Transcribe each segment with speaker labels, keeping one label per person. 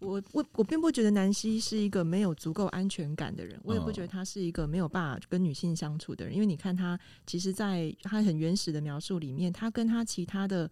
Speaker 1: 我我我并不觉得南希是一个没有足够安全感的人，我也不
Speaker 2: 嗯
Speaker 1: 觉得她是一个没有办法跟女性相处的人，因为你看她，其实在她很原始的描述里面，她跟她其他的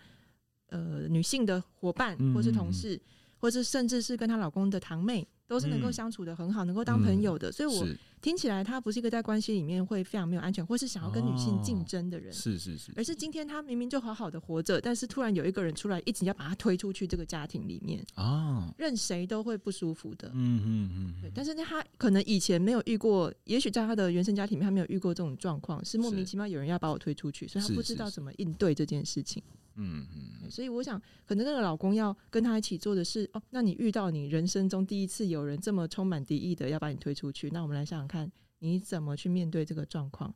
Speaker 1: 呃女性的伙伴
Speaker 2: 嗯
Speaker 1: 或是
Speaker 2: 嗯嗯
Speaker 1: 同事，或是甚至是跟她老公的堂妹，都是能够
Speaker 2: 嗯
Speaker 1: 相处的很好，能够当朋友的，所以我
Speaker 2: 是
Speaker 1: 听起来她不是一个在关系里面会非常没有安全，或是想要跟女性竞争的人。
Speaker 2: 哦是是是，
Speaker 1: 而是今天她明明就好好的活着，但是突然有一个人出来，一直要把她推出去这个家庭里面，
Speaker 3: 哦
Speaker 2: 啊，
Speaker 1: 任谁都会不舒服的。
Speaker 2: 嗯嗯
Speaker 1: 对
Speaker 2: 嗯，，
Speaker 1: 但是他可能以前没有遇过，也许在他的原生家庭里面，他没有遇过这种状况，是莫名
Speaker 2: 是
Speaker 1: 其妙有人要把我推出去，所以他
Speaker 2: 是
Speaker 1: 不知
Speaker 2: 是
Speaker 1: 道
Speaker 2: 是
Speaker 1: 怎么应对这件事情。
Speaker 2: 嗯嗯，
Speaker 1: 所以我想，可能那个老公要跟他一起做的是，哦，那你遇到你人生中第一次有人这么充满敌意的要把你推出去，那我们来想想看，你怎么去面对这个状况？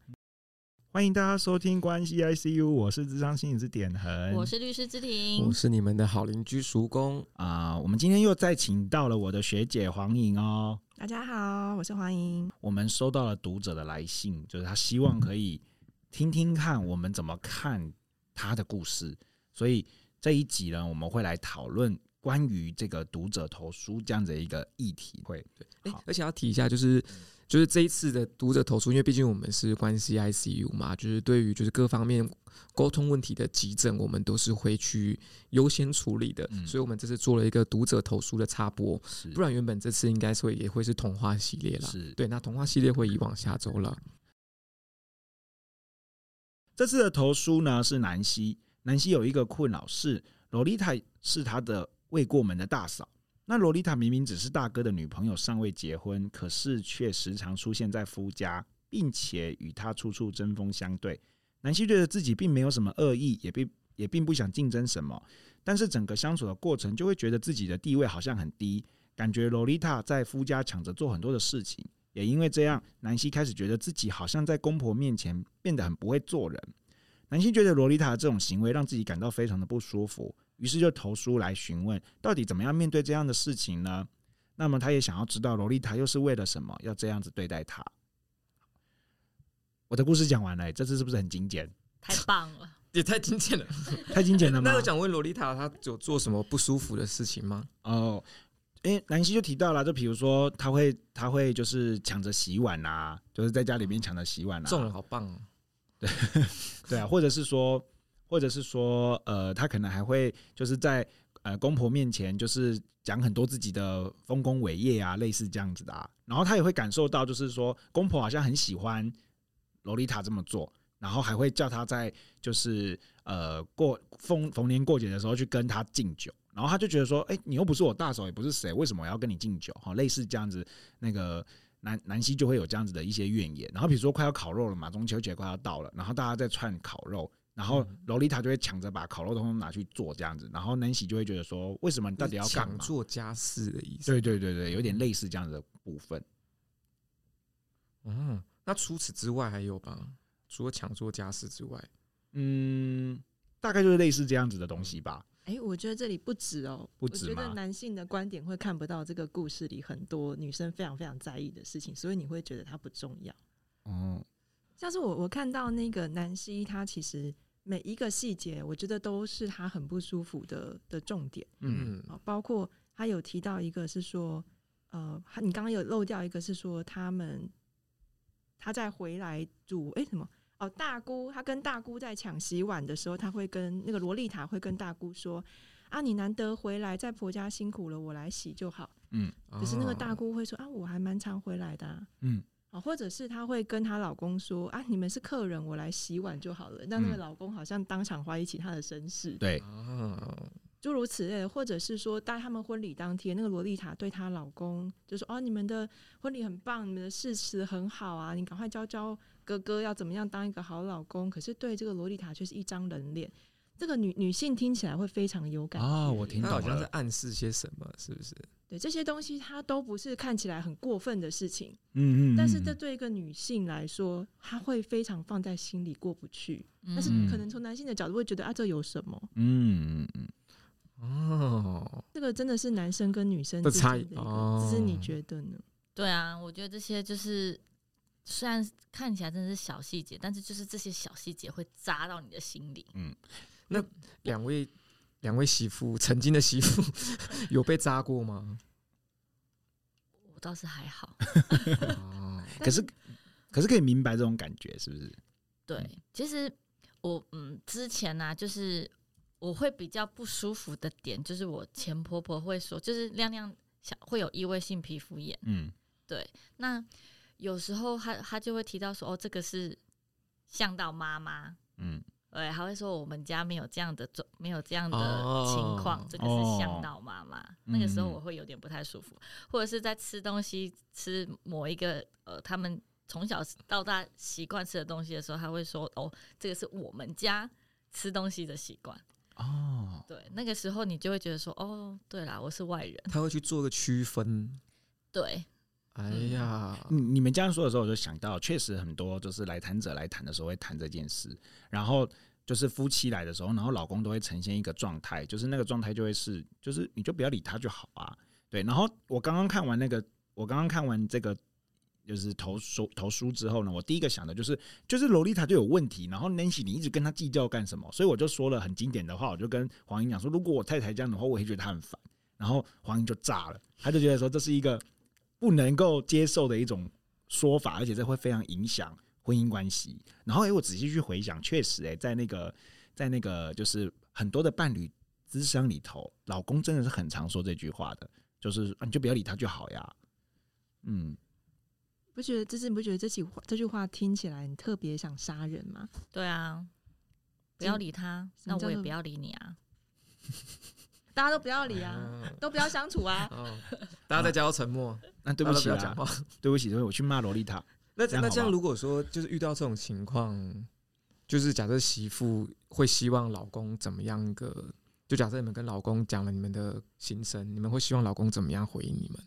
Speaker 3: 欢迎大家收听关系 ICU，我是智商心理师点恒，
Speaker 4: 我是律师之庭
Speaker 5: 我，是你们的好邻居叔公，
Speaker 3: 啊、我们今天又再请到了我的学姐黄颖哦。
Speaker 1: 大家好，我是黄莹。
Speaker 3: 我们收到了读者的来信，就是他希望可以听听看我们怎么看他的故事，所以这一集呢，我们会来讨论关于这个读者投书这样的一个议题。会
Speaker 5: 诶
Speaker 3: 好
Speaker 5: 而且要提一下，就是就是这一次的读者投诉，因为毕竟我们是关系 ICU 嘛，就是对于就是各方面沟通问题的急诊，我们都是会去优先处理的，
Speaker 2: 嗯
Speaker 5: 所以我们这次做了一个读者投诉的插播，
Speaker 2: 是
Speaker 5: 不然原本这次应该是会也会是童话系列啦，
Speaker 2: 是
Speaker 5: 对，那童话系列会移往下周了，
Speaker 3: 这次的投书呢是南希，南希有一个困扰是，洛丽塔是她的未过门的大嫂。那洛丽塔明明只是大哥的女朋友，尚未结婚，可是却时常出现在夫家，并且与他处处针锋相对。南希觉得自己并没有什么恶意，也并也并不想竞争什么，但是整个相处的过程就会觉得自己的地位好像很低，感觉洛丽塔在夫家抢着做很多的事情。也因为这样，南希开始觉得自己好像在公婆面前变得很不会做人。南希觉得洛丽塔的这种行为让自己感到非常的不舒服，于是就投书来询问，到底怎么样面对这样的事情呢？那么她也想要知道洛丽塔又是为了什么要这样子对待她。我的故事讲完了、欸这次是不是很精简？
Speaker 4: 太棒了！
Speaker 5: 也太精简了。
Speaker 3: 太精简了吗
Speaker 5: 那？我想问洛丽塔，她有做什么不舒服的事情吗？
Speaker 3: 哦，因为南希就提到了，就比如说她会，她会就是抢着洗碗啊，就是在家里面抢着洗碗啊，
Speaker 5: 这种人好棒、哦，
Speaker 3: 对啊，或者是说，或者是说，呃，他可能还会就是在呃公婆面前，就是讲很多自己的丰功伟业啊，类似这样子的、啊。然后他也会感受到，就是说公婆好像很喜欢洛丽塔这么做，然后还会叫他在就是呃过逢逢年过节的时候去跟他敬酒。然后他就觉得说，哎、你又不是我大嫂，也不是谁，为什么我要跟你敬酒？哦哈，类似这样子，那个南南希就会有这样子的一些怨言。然后比如说快要烤肉了嘛，中秋节快要到了，然后大家在串烤肉，然后洛丽塔就会抢着把烤肉通通拿去做这样子，然后南希就会觉得说，为什么你到底要干
Speaker 5: 抢
Speaker 3: 嘛？
Speaker 5: 做家事的意思？
Speaker 3: 对对对对，有点类似这样子的部分。
Speaker 5: 嗯，那除此之外还有吧？除了抢做家事之外，
Speaker 3: 嗯，大概就是类似这样子的东西吧。
Speaker 1: 哎、我觉得这里不止哦，
Speaker 3: 不止
Speaker 1: 我觉
Speaker 3: 吗
Speaker 1: 得男性的观点会看不到这个故事里很多女生非常非常在意的事情，所以你会觉得它不重要。
Speaker 3: 哦，
Speaker 1: 像是我我看到那个南希，她其实每一个细节，我觉得都是她很不舒服的的重点
Speaker 3: 嗯，
Speaker 1: 啊，包括她有提到一个是说，呃，她你刚刚有漏掉一个是说他们她在回来煮诶，什么。哦，大姑，她跟大姑在抢洗碗的时候，她会跟那个萝莉塔会跟大姑说：“啊，你难得回来，在婆家辛苦了，我来洗就好。”可是那个大
Speaker 5: 哦
Speaker 1: 姑会说啊，我还蛮常回来的、啊，
Speaker 3: 嗯，
Speaker 1: 啊，或者是她会跟她老公说啊，你们是客人，我来洗碗就好了。那那个
Speaker 3: 嗯
Speaker 1: 老公好像当场怀疑起她的身世，
Speaker 3: 对，
Speaker 5: 啊，
Speaker 1: 诸如此类的，或者是说，在他们婚礼当天，那个洛丽塔对她老公就说：“哦，你们的婚礼很棒，你们的誓词很好啊，你赶快教教哥哥要怎么样当一个好老公。”可是对这个洛丽塔却是一张冷脸。这个女女性听起来会非常有感
Speaker 3: 啊
Speaker 1: 觉
Speaker 3: 我听
Speaker 5: 她
Speaker 3: 到
Speaker 5: 好像
Speaker 3: 了
Speaker 5: 在暗示些什么，是不是？
Speaker 1: 对这些东西，它都不是看起来很过分的事情。
Speaker 3: 嗯嗯，
Speaker 1: 但是
Speaker 3: 嗯
Speaker 1: 这对一个女性来说，她会非常放在心里过不去。但是
Speaker 4: 嗯
Speaker 1: 可能从男性的角度会觉得啊，这有什么？
Speaker 3: 嗯嗯嗯
Speaker 5: 哦，
Speaker 1: 这个真的是男生跟女生之
Speaker 5: 这差异
Speaker 1: 间的一个，
Speaker 5: 哦
Speaker 1: 只是你觉得呢？
Speaker 4: 对啊，我觉得这些就是虽然看起来真的是小细节，但是就是这些小细节会扎到你的心里。
Speaker 5: 两位两位媳妇，曾经的媳妇有被扎过吗？
Speaker 4: 我倒是还好。
Speaker 5: 哦
Speaker 3: 可是可是可以明白这种感觉，是不是？
Speaker 4: 对，其实我嗯之前呢、就是我会比较不舒服的点，就是我前婆婆会说，就是亮亮小会有异位性皮肤炎。
Speaker 3: 嗯
Speaker 4: 那有时候她她就会提到说，哦，这个是像到妈妈，
Speaker 3: 嗯，
Speaker 4: 对，还会说我们家没有这样的状，没有这样的
Speaker 5: 哦
Speaker 4: 情况，这个是
Speaker 3: 哦
Speaker 4: 向导妈妈。那个时候
Speaker 3: 嗯
Speaker 4: 我会有点不太舒服，或者是在吃东西吃某一个呃，他们从小到大习惯吃的东西的时候，他会说哦，这个是我们家吃东西的习惯。
Speaker 3: 哦，
Speaker 4: 对，那个时候你就会觉得说哦，对啦，我是外人。
Speaker 5: 他会去做个区分。
Speaker 4: 对，
Speaker 5: 哎呀，
Speaker 1: 嗯
Speaker 3: 你你们这样说的时候，我就想到，确实很多就是来谈者来谈的时候会谈这件事，然后就是夫妻来的时候，然后老公都会呈现一个状态，就是那个状态就会是，就是你就不要理他就好啊，对。然后我刚刚看完那个，我刚刚看完这个。就是投书投书之后呢，我第一个想的就是，就是洛丽塔就有问题，然后 Nancy 你一直跟她计较干什么？所以我就说了很经典的话，我就跟黄英讲说，如果我太太这样的话，我也觉得她很烦。然后黄英就炸了，她就觉得说这是一个不能够接受的一种说法，而且这会非常影响婚姻关系。然后，诶，我仔细去回想，确实、诶，在那个在那个就是很多的伴侣智商里头，老公真的是很常说这句话的，就是、啊、你就不要理他就好呀。嗯，
Speaker 1: 不觉得这是你不觉得这句话这句话听起来你特别想杀人吗？
Speaker 4: 对啊，不要理他，
Speaker 1: 什
Speaker 4: 那
Speaker 1: 么叫
Speaker 4: 我也
Speaker 1: 做
Speaker 4: 不要理你啊。
Speaker 1: 大家都不要理啊，都不要相处啊。
Speaker 5: 哎哦，大家在家要沉默，
Speaker 3: 那对不起啊
Speaker 5: 大家都
Speaker 3: 啦
Speaker 5: 不要，讲话。
Speaker 3: 对不起，对不起，我去骂洛丽塔。
Speaker 5: 那
Speaker 3: 这样
Speaker 5: 那
Speaker 3: 好
Speaker 5: 这样，
Speaker 3: 吗
Speaker 5: 如果说就是遇到这种情况，就是假设媳妇会希望老公怎么样一个？就假设你们跟老公讲了你们的心声，你们会希望老公怎么样回应你们？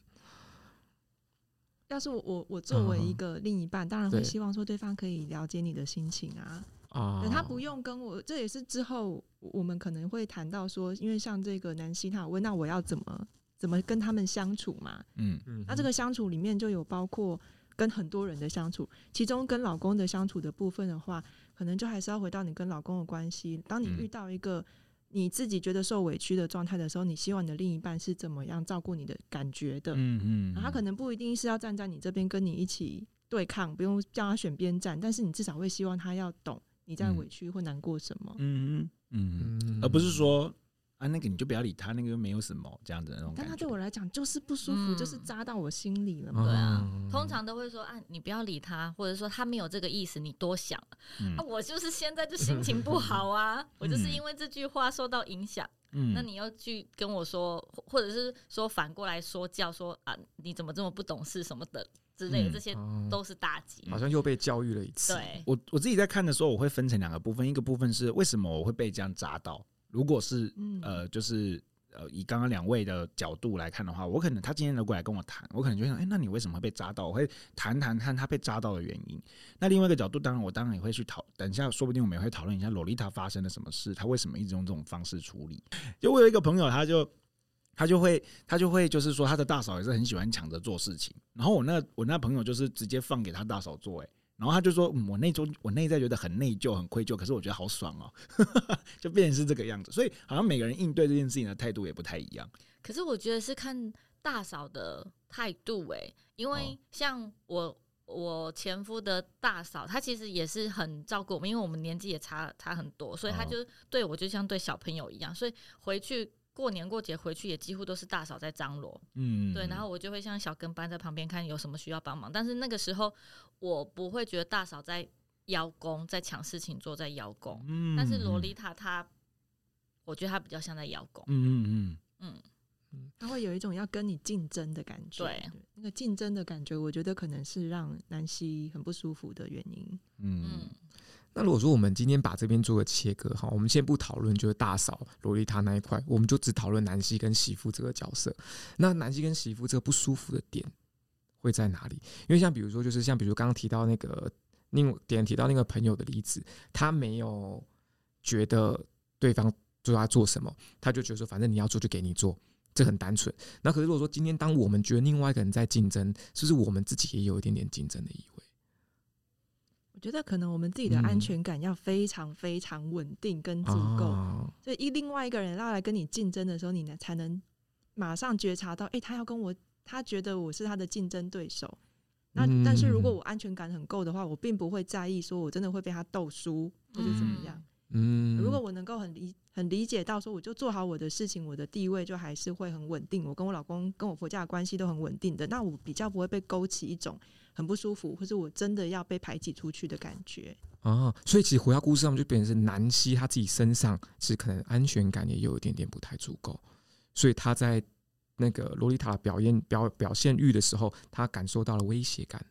Speaker 1: 要是我我我作为
Speaker 5: 嗯
Speaker 1: 一个另一半，当然会
Speaker 5: 对
Speaker 1: 希望说对方可以了解你的心情啊。
Speaker 5: 啊、
Speaker 1: 等他不用跟我，这也是之后我们可能会谈到说，因为像这个南希他有问，那我要怎么怎么跟他们相处嘛？
Speaker 3: 嗯
Speaker 5: 嗯，
Speaker 1: 那这个相处里面就有包括跟很多人的相处，其中跟老公的相处的部分的话，可能就还是要回到你跟老公的关系。当你
Speaker 3: 嗯
Speaker 1: 遇到一个你自己觉得受委屈的状态的时候，你希望你的另一半是怎么样照顾你的感觉的？
Speaker 3: 嗯嗯
Speaker 1: 然啊后他可能不一定是要站在你这边跟你一起对抗，不用叫他选边站，但是你至少会希望他要懂你在
Speaker 3: 嗯
Speaker 1: 委屈或难过什么。
Speaker 3: 嗯嗯嗯，
Speaker 5: 嗯
Speaker 3: 而不是说啊，那个你就不要理他，那个又没有什么这样子的那种
Speaker 1: 但
Speaker 3: 感
Speaker 1: 他
Speaker 3: 觉。哦
Speaker 1: 对我来讲就是不舒服，就是
Speaker 4: 嗯
Speaker 1: 扎到我心里了嘛。
Speaker 5: 嗯
Speaker 4: 对啊
Speaker 5: 嗯，
Speaker 4: 通常都会说啊，你不要理他，或者说他没有这个意思，你多想了
Speaker 3: 嗯
Speaker 4: 啊。我就是现在就心情不好 啊，我就是
Speaker 3: 嗯
Speaker 4: 因为这句话受到影响。
Speaker 3: 嗯
Speaker 4: 那你又去跟我说，或或者是说反过来说教说啊，你怎么这么不懂事什么的之类的，
Speaker 3: 嗯
Speaker 4: 这些
Speaker 5: 哦
Speaker 4: 都是大忌。
Speaker 5: 好像又被教育了一次。
Speaker 4: 对，
Speaker 3: 我我自己在看的时候，我会分成两个部分，一个部分是为什么我会被这样砸到。如果是
Speaker 1: 嗯，
Speaker 3: 呃，就是呃，以刚刚两位的角度来看的话，我可能他今天如果来跟我谈，我可能就会想，哎、那你为什么会被扎到？我会谈谈看他被扎到的原因。那另外一个角度，当然我当然也会去讨，等一下说不定我们也会讨论一下洛丽塔发生了什么事，她为什么一直用这种方式处理。就我有一个朋友，他就。他就会，他就会，就是说，他的大嫂也是很喜欢抢着做事情。然后我那我那朋友就是直接放给他大嫂做、欸，然后他就说，嗯、我内中我内在觉得很内疚、很愧疚，可是我觉得好爽哦、就变成是这个样子。所以好像每个人应对这件事情的态度也不太一样。
Speaker 4: 可是我觉得是看大嫂的态度诶、因
Speaker 3: 哦
Speaker 4: 为像我我前夫的大嫂，她其实也是很照顾我们，因为我们年纪也差差很多，所以她
Speaker 3: 哦
Speaker 4: 就对我就像对小朋友一样，所以回去过年过节回去也几乎都是大嫂在张罗。
Speaker 3: 嗯，
Speaker 4: 对，然后我就会像小跟班在旁边看有什么需要帮忙，但是那个时候我不会觉得大嫂在邀功，在抢事情做，在邀功。
Speaker 3: 嗯
Speaker 4: 但是洛丽，塔她，我觉得她比较像在邀功。
Speaker 3: 嗯嗯嗯
Speaker 4: 嗯，
Speaker 1: 他会有一种要跟你竞争的感觉。
Speaker 4: 对，
Speaker 1: 那个竞争的感觉，我觉得可能是让南希很不舒服的原因。
Speaker 3: 嗯
Speaker 4: 嗯
Speaker 3: 嗯，
Speaker 5: 那如果说我们今天把这边做个切割哈，我们先不讨论就是大嫂洛丽塔那一块，我们就只讨论南希跟媳妇这个角色。那南希跟媳妇这个不舒服的点会在哪里？因为像比如说，就是像比如刚刚提到那个另点提到那个朋友的例子，他没有觉得对方对他做什么，他就觉得说反正你要做就给你做。这很单纯。那可是如果说今天当我们觉得另外一个人在竞争，是不是我们自己也有一点点竞争的意味？
Speaker 1: 我觉得可能我们自己的
Speaker 5: 嗯
Speaker 1: 安全感要非常非常稳定跟足够，
Speaker 5: 啊
Speaker 1: 所以一另外一个人要来跟你竞争的时候，你呢才能马上觉察到，哎、他要跟我他觉得我是他的竞争对手。那但是如果
Speaker 5: 嗯
Speaker 1: 我安全感很够的话，我并不会在意说我真的会被他斗输或者怎么样。
Speaker 5: 嗯，
Speaker 1: 如果我能够很理很理解到说，我就做好我的事情，我的地位就还是会很稳定。我跟我老公跟我婆家的关系都很稳定的，那我比较不会被勾起一种很不舒服，或是我真的要被排挤出去的感觉。
Speaker 5: 啊，所以其实回到故事上，就变成是南希她自己身上，其实可能安全感也有一点点不太足够，所以她在那个洛丽塔的表演表表现欲的时候，她感受到了威胁感。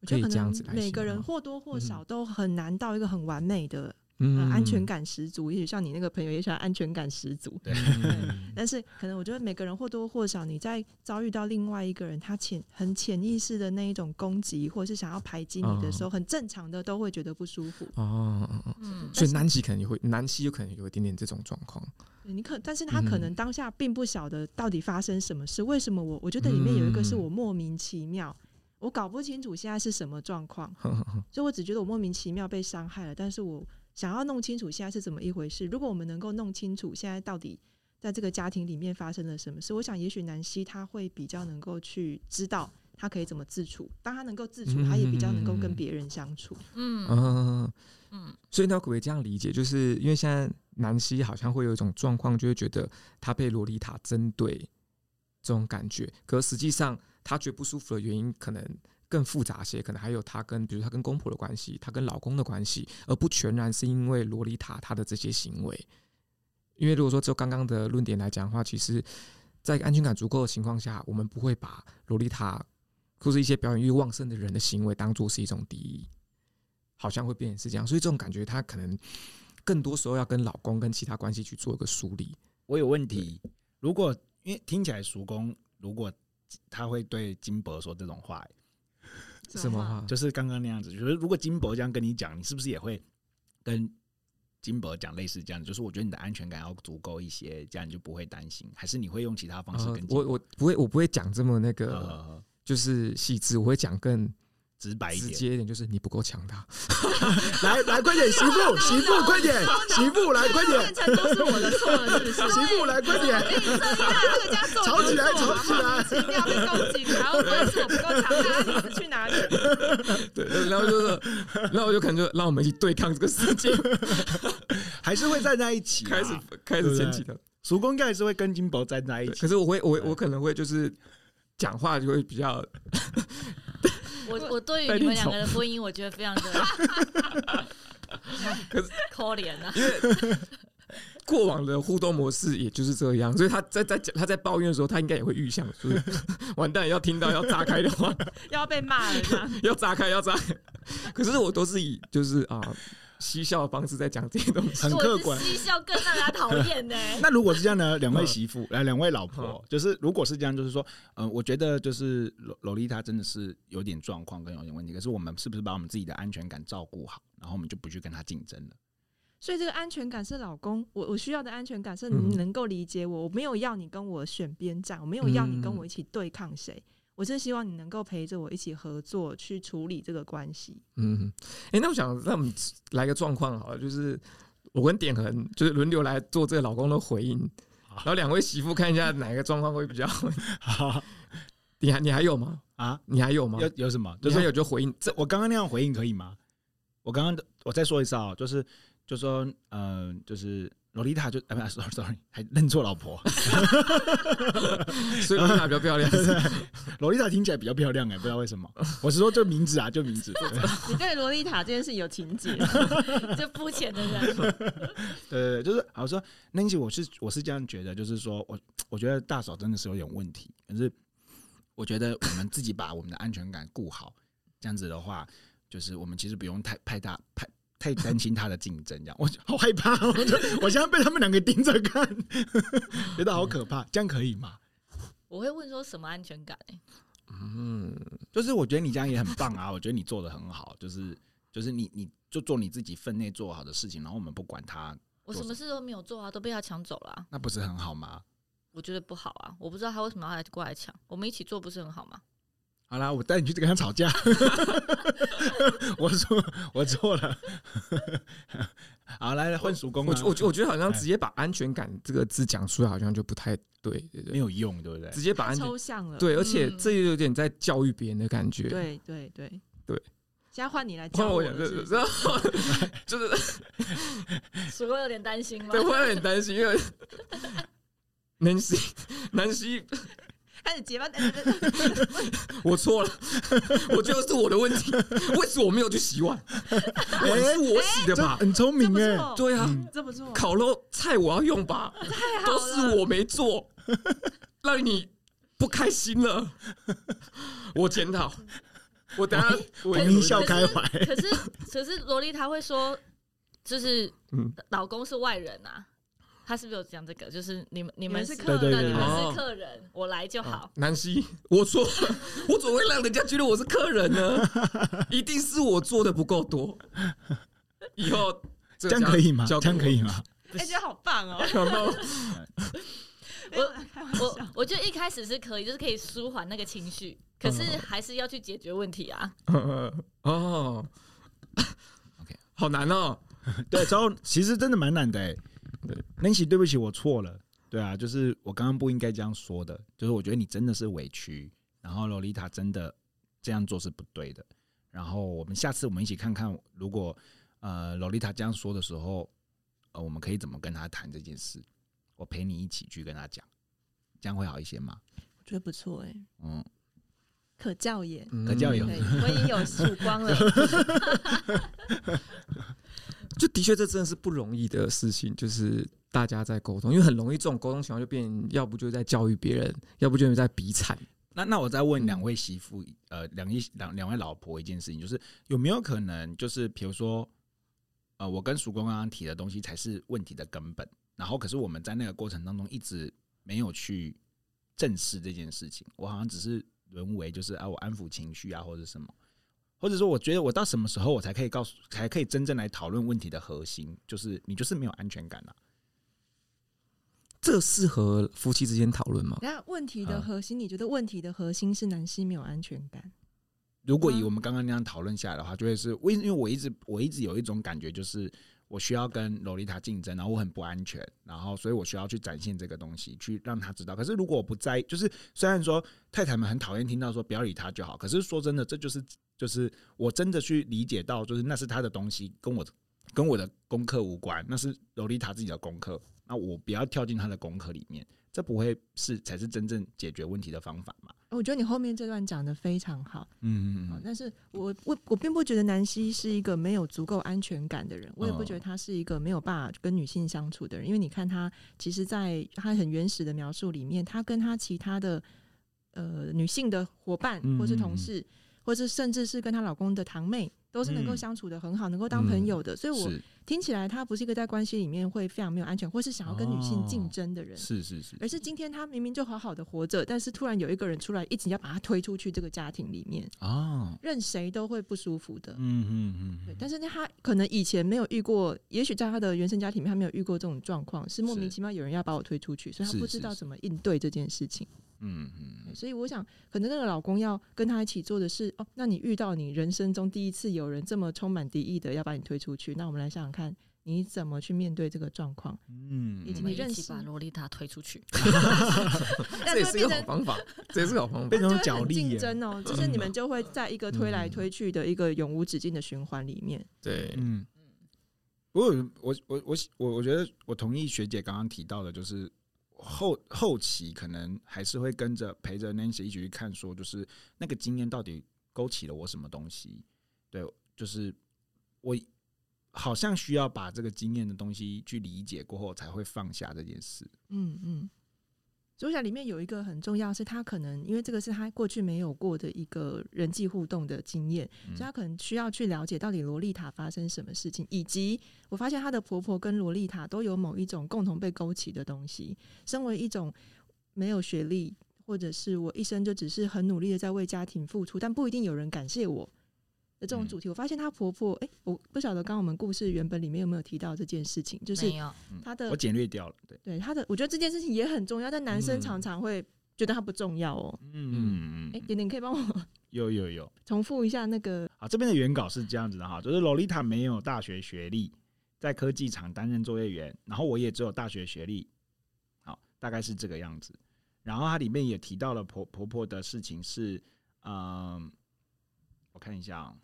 Speaker 1: 我觉得
Speaker 5: 可
Speaker 1: 可
Speaker 5: 以这样
Speaker 1: 能
Speaker 5: 子来
Speaker 1: 每
Speaker 5: 形
Speaker 1: 个人
Speaker 5: 容
Speaker 1: 或多或
Speaker 5: 嗯
Speaker 1: 少都很难到一个很完美的、呃、
Speaker 5: 嗯
Speaker 1: 安全。感十足。也许像你那个朋友，也许他安全感十足，
Speaker 3: 对
Speaker 5: 嗯
Speaker 1: 但是可能我觉得每个人或多或少，你在遭遇到另外一个人他潜很潜意识的那一种攻击，或是想要排挤你
Speaker 5: 嗯
Speaker 1: 的时候，很正常的都会觉得不舒服。
Speaker 5: 哦，哦哦
Speaker 4: 嗯，
Speaker 5: 所以南希可能也会，南希有可能有一点点这种状况。
Speaker 1: 对你可，但是
Speaker 3: 嗯
Speaker 1: 他可能当下并不晓得到底发生什么事。为什么我？我觉得里面有一个是
Speaker 3: 嗯
Speaker 1: 我莫名其妙，我搞不清楚现在是什么状况，
Speaker 5: 呵呵呵
Speaker 1: 所以我只觉得我莫名其妙被伤害了。但是我想要弄清楚现在是怎么一回事。如果我们能够弄清楚现在到底在这个家庭里面发生了什么事，我想也许南希她会比较能够去知道。她可以怎么自处？当她能够自处，她也比较能够
Speaker 3: 嗯
Speaker 1: 跟别人相处。
Speaker 4: 嗯
Speaker 5: 嗯，
Speaker 4: 嗯
Speaker 5: 所以那可不可以这样理解？就是因为现在南希好像会有一种状况，就会觉得她被洛丽塔针对这种感觉，可实际上她觉得不舒服的原因可能更复杂些，可能还有她跟比如她跟公婆的关系，她跟老公的关系，而不全然是因为洛丽塔她的这些行为。因为如果说就刚刚的论点来讲的话，其实，在安全感足够的情况下，我们不会把洛丽塔或是一些表演欲旺盛的人的行为当做是一种敌意。好像会变成是这样，所以这种感觉，她可能更多时候要跟老公跟其他关系去做一个梳理。
Speaker 3: 我有问题，如果因为听起来叔公如果他会对金伯说这种话，
Speaker 5: 什么？话？
Speaker 3: 就是刚刚那样子，就是如果金伯这样跟你讲，你是不是也会跟金伯讲类似这样子？就是我觉得你的安全感要足够一些，这样你就不会担心，还是你会用其他方式
Speaker 5: 呃
Speaker 3: 跟金
Speaker 5: 我我不会我不会讲这么那
Speaker 3: 呃
Speaker 5: 个，就是细致，我会讲更
Speaker 3: 直白一
Speaker 5: 直
Speaker 3: 点？
Speaker 5: 接一点，就是你不够强大。
Speaker 3: 来来，快点，媳 妇，媳妇，快点，媳妇，来，快点，
Speaker 4: 变成都是我的错了，是不是？
Speaker 3: 媳妇，来，快点，
Speaker 4: 这个家做
Speaker 3: 吵起来，吵起来！
Speaker 4: 一定要被告警察，不然是我不够强大，你是去哪里？
Speaker 5: 对，然后就是，然后我就可能就让我们一起对啊抗这个世界，
Speaker 3: 还是会站在一起啊、
Speaker 5: 开始开始掀起的。
Speaker 3: 叔公应该还是会跟金伯站在一
Speaker 5: 对，
Speaker 3: 起
Speaker 5: 可。是我会我会我可能会就是讲话就会比较
Speaker 4: 我我对于你们两个的婚姻，我觉得非常的
Speaker 5: 可是
Speaker 4: 可怜啊。
Speaker 5: 过往的互动模式也就是这样，所以他在在讲他在抱怨的时候，他应该也会预想，就是 完蛋要听到要炸开的话，
Speaker 1: 要被骂了，这样
Speaker 5: 要炸开要炸开。可是我都是以就是啊、嬉笑的方式在讲这些东西。
Speaker 3: 很客观
Speaker 4: 我是嬉笑更让人家讨厌呢。
Speaker 3: 那如果是这样呢？两位媳妇，呃来两位老婆
Speaker 5: 嗯，
Speaker 3: 就是如果是这样，就是说，嗯、我觉得就是洛洛丽她真的是有点状况跟有点问题，可是我们是不是把我们自己的安全感照顾好，然后我们就不去跟她竞争 了？
Speaker 1: 所以这个安全感是老公，我我需要的安全感是
Speaker 5: 嗯
Speaker 1: 你能够理解我，我没有要你跟我选边站，我没有要你跟
Speaker 5: 嗯
Speaker 1: 我一起对抗谁，我是希望你能够陪着我一起合作去处理这个关系。
Speaker 5: 嗯，哎、那我想让我们来个状况好了，就是我跟点恒就是轮流来做这个老公的回应，然后两位媳妇看一下哪一个状况会比较。 你还你还有吗？
Speaker 3: 啊，
Speaker 5: 你还有吗？
Speaker 3: 有有什么？就
Speaker 5: 你还
Speaker 3: 是
Speaker 5: 有就回应
Speaker 3: 这我刚刚那样回应可以吗？我刚刚的我再说一次啊、就是就说，嗯、就是洛丽塔就哎不，sorry sorry，还认错老婆，
Speaker 5: 所以哪比较漂亮？
Speaker 3: 洛丽塔听起来比较漂亮哎、不知道为什么。我是说就名字啊，就名字，对
Speaker 1: 你对洛丽塔这件事有情 节，
Speaker 4: 这肤浅的人，
Speaker 3: 对对，就是好说，Nancy，我是我是这样觉得，就是说我我觉得大嫂真的是有点问题，可是我觉得我们自己把我们的安全感顾好，这样子的话，就是我们其实不用太太大太太担心她的竞争，这样我好害怕、哦，我就我现在被他们两个盯着看， 觉得好可怕，这样可以吗？
Speaker 4: 我会问说什么安全感、欸？
Speaker 5: 嗯，
Speaker 3: 就是我觉得你这样也很棒啊，我 觉得你做的很好，就是就是你你就做你自己分内做好的事情，然后我们不管他，
Speaker 4: 我什么事都没有做啊，都被他抢走了啊、
Speaker 3: 那不是很好吗？
Speaker 4: 我觉得不好啊。我不知道他为什么要来过来抢，我们一起做不是很好吗？
Speaker 3: 好啦，我带你去跟他吵架。 我说我错了。 好，来来换叔公啊、
Speaker 5: 我觉我觉我觉得好像直接把安全感这个字讲出来，好像就不太对，
Speaker 3: 没
Speaker 5: 对对，
Speaker 3: 有用，对不对？
Speaker 5: 直接把
Speaker 1: 太
Speaker 5: 安全
Speaker 1: 抽象了。
Speaker 5: 对，而且
Speaker 4: 嗯
Speaker 5: 这又有点在教育别人的感觉。，
Speaker 1: 对对对
Speaker 5: 对。
Speaker 1: 现在换你来
Speaker 5: 换
Speaker 1: 教
Speaker 5: 我
Speaker 1: 了
Speaker 5: 讲 这
Speaker 1: 是不，是
Speaker 5: 然后就是
Speaker 4: 曙光有点担心吗
Speaker 5: 对，？我有点担心，因 为南希，南希，
Speaker 1: 开始结 巴。哎哎哎
Speaker 5: 我错了， 我觉得是我的问题，为什么我没有去洗碗？碗是我洗的吧？
Speaker 3: 很聪
Speaker 1: 这
Speaker 3: 明
Speaker 1: 不
Speaker 3: 哎、
Speaker 1: 错，
Speaker 5: 对啊，
Speaker 1: 这不错。
Speaker 5: 烤肉菜我要用吧，都是我没做，让你不开心了，我检讨。我等下我
Speaker 4: 可是
Speaker 3: 微笑开怀。
Speaker 4: 可是可是萝莉她会说，就是
Speaker 5: 嗯
Speaker 4: 老公是外人啊，她是不是有讲这个？就是你们你们
Speaker 1: 你们是
Speaker 4: 客
Speaker 1: 客
Speaker 3: 人对对
Speaker 4: 人，啊你
Speaker 3: 对
Speaker 4: 们
Speaker 5: 哦
Speaker 4: 是客人，我来就好。
Speaker 5: 南希，我错了， 我怎么会让人家觉得我是客人 呢？一定是我做的不够多。以后这
Speaker 3: 这
Speaker 5: 个
Speaker 3: 样可以吗？
Speaker 5: 交
Speaker 3: 这
Speaker 5: 给
Speaker 3: 样可以 吗？
Speaker 1: 哎，觉得好棒哦！哎
Speaker 5: 我？然后
Speaker 1: 我开
Speaker 3: 哦
Speaker 1: 玩
Speaker 4: 我
Speaker 1: 笑，
Speaker 4: 我觉得一开始是可以，就是可以舒缓那个情绪，可
Speaker 3: 嗯
Speaker 4: 是还是要去解决问题啊。
Speaker 5: 呃哦
Speaker 2: OK
Speaker 5: 好难哦。
Speaker 3: 对，然后其实真的蛮难的哎、
Speaker 5: 对
Speaker 3: ，Nancy，对不起，我错了。对啊，就是我刚刚不应该这样说的，就是我觉得你真的是委屈，然后洛丽塔真的这样做是不对的。然后我们下次我们一起看看，如果呃洛丽塔这样说的时候，呃，我们可以怎么跟她谈这件事？我陪你一起去跟她讲，这样会好一些吗？
Speaker 1: 我觉得不错哎，
Speaker 3: 嗯，
Speaker 1: 可教也。
Speaker 3: 可教有
Speaker 1: 嗯对，我已经有曙光 了。
Speaker 5: 就的确这真的是不容易的事情，就是大家在沟通，因为很容易这种沟通情况就变，要不就是在教育别人，要不就是在比惨。
Speaker 3: 那那我再问两位媳妇，呃，两一两两位老婆一件事情，就是有没有可能，就是比如说，呃，我跟曙光刚刚提的东西才是问题的根本，然后可是我们在那个过程当中一直没有去正视这件事情，我好像只是沦为就是啊，我安抚情绪啊，或者什么，或者说我觉得我到什么时候我才可以告诉，才可以真正来讨论问题的核心，就是你就是没有安全感啊。
Speaker 5: 这适合夫妻之间讨论吗？
Speaker 1: 那问题
Speaker 5: 啊
Speaker 1: 的核心，你觉得问题的核心是南希没有安全感？
Speaker 3: 如果以
Speaker 1: 嗯
Speaker 3: 我们刚刚那样讨论下来的话，就会是为因为我一直我一直有一种感觉，就是我需要跟洛丽塔竞争，然后我很不安全，然后所以我需要去展现这个东西，去让她知道。可是如果我不在意，就是虽然说太太们很讨厌听到说不要理她就好，可是说真的，这就是就是我真的去理解到，就是那是她的东西，跟我跟我的功课无关，那是洛丽塔自己的功课，那我不要跳进她的功课里面，这不会是才是真正解决问题的方法嘛？
Speaker 1: 我觉得你后面这段讲的非常好，
Speaker 3: 嗯
Speaker 1: 好但是我我我并不觉得南希是一个没有足够安全感的人，我也
Speaker 3: 哦
Speaker 1: 不觉得她是一个没有办法跟女性相处的人，因为你看她其实在她很原始的描述里面，她跟她其他的呃女性的伙伴
Speaker 3: 嗯
Speaker 1: 或是
Speaker 3: 嗯
Speaker 1: 同
Speaker 3: 嗯
Speaker 1: 事，或是甚至是跟她老公的堂妹，都是能够
Speaker 3: 嗯
Speaker 1: 相处的很好，能够当朋友的，所以我
Speaker 3: 是
Speaker 1: 听起来她不是一个在关系里面会非常没有安全，或是想要跟女
Speaker 3: 哦
Speaker 1: 性竞争的人。
Speaker 3: 是是是，
Speaker 1: 而是今天她明明就好好的活着，但是突然有一个人出来，一直要把她推出去这个家庭里面，
Speaker 3: 哦，
Speaker 1: 任谁都会不舒服的。
Speaker 3: 嗯嗯
Speaker 1: 对
Speaker 3: 嗯，
Speaker 1: 但是她可能以前没有遇过，也许在她的原生家庭里面，她没有遇过这种状况，是莫名
Speaker 3: 是
Speaker 1: 其妙有人要把我推出去，所以她
Speaker 3: 是
Speaker 1: 不知道
Speaker 3: 是是
Speaker 1: 怎么应对这件事情。
Speaker 3: 嗯嗯嗯，
Speaker 1: 所以我想，可能那个老公要跟她一起做的是，哦，那你遇到你人生中第一次有人这么充满敌意的要把你推出去，那我们来想想看，你怎么去面对这个状况？
Speaker 3: 嗯
Speaker 1: 已
Speaker 4: 我
Speaker 1: 经
Speaker 4: 们
Speaker 1: 没
Speaker 4: 一
Speaker 1: 认
Speaker 4: 起
Speaker 1: 识
Speaker 4: 把洛丽塔推出去。
Speaker 1: 那
Speaker 5: 这也
Speaker 1: 就会
Speaker 5: 是一个
Speaker 1: 变
Speaker 5: 好
Speaker 1: 成。
Speaker 5: 方法，这也是个好方法
Speaker 3: 变。成
Speaker 1: 就会
Speaker 3: 角
Speaker 1: 很
Speaker 3: 力
Speaker 1: 竞
Speaker 3: 耶嗯
Speaker 1: 争哦，就是你们就会在一个推来推去的一个永无止境的循环里面。
Speaker 5: 对，
Speaker 3: 嗯，不过我我我我我觉得我同意学姐刚刚提到的，就是后后期可能还是会跟着陪着 Nancy 一起去看，说就是那个经验到底勾起了我什么东西？对，就是我好像需要把这个经验的东西去理解过后，才会放下这件事。
Speaker 1: 嗯嗯，所以我想里面有一个很重要，是他可能因为这个是他过去没有过的一个人际互动的经验，
Speaker 2: 嗯
Speaker 1: 所以他可能需要去了解到底洛丽塔发生什么事情，以及我发现她的婆婆跟洛丽塔都有某一种共同被勾起的东西。身为一种没有学历，或者是我一生就只是很努力的在为家庭付出，但不一定有人感谢我。的这种
Speaker 2: 嗯
Speaker 1: 主题，我发现她婆婆，哎、我不晓得刚刚我们故事原本里面有没有提到这件事情，就是
Speaker 4: 没有，
Speaker 1: 她的
Speaker 3: 我简略掉了，对，
Speaker 1: 对他的，我觉得这件事情也很重要，但男生
Speaker 5: 嗯
Speaker 1: 常常会觉得它不重要哦。
Speaker 3: 嗯
Speaker 1: 哎、点点可以帮我
Speaker 3: 有有有
Speaker 1: 重复一下那个
Speaker 3: 啊，这边的原稿是这样子的哈，就是洛丽塔没有大学学历，在科技厂担任作业员，然后我也只有大学学历，好，大概是这个样子。然后它里面也提到了婆婆婆的事情是，嗯、我看一下、啊，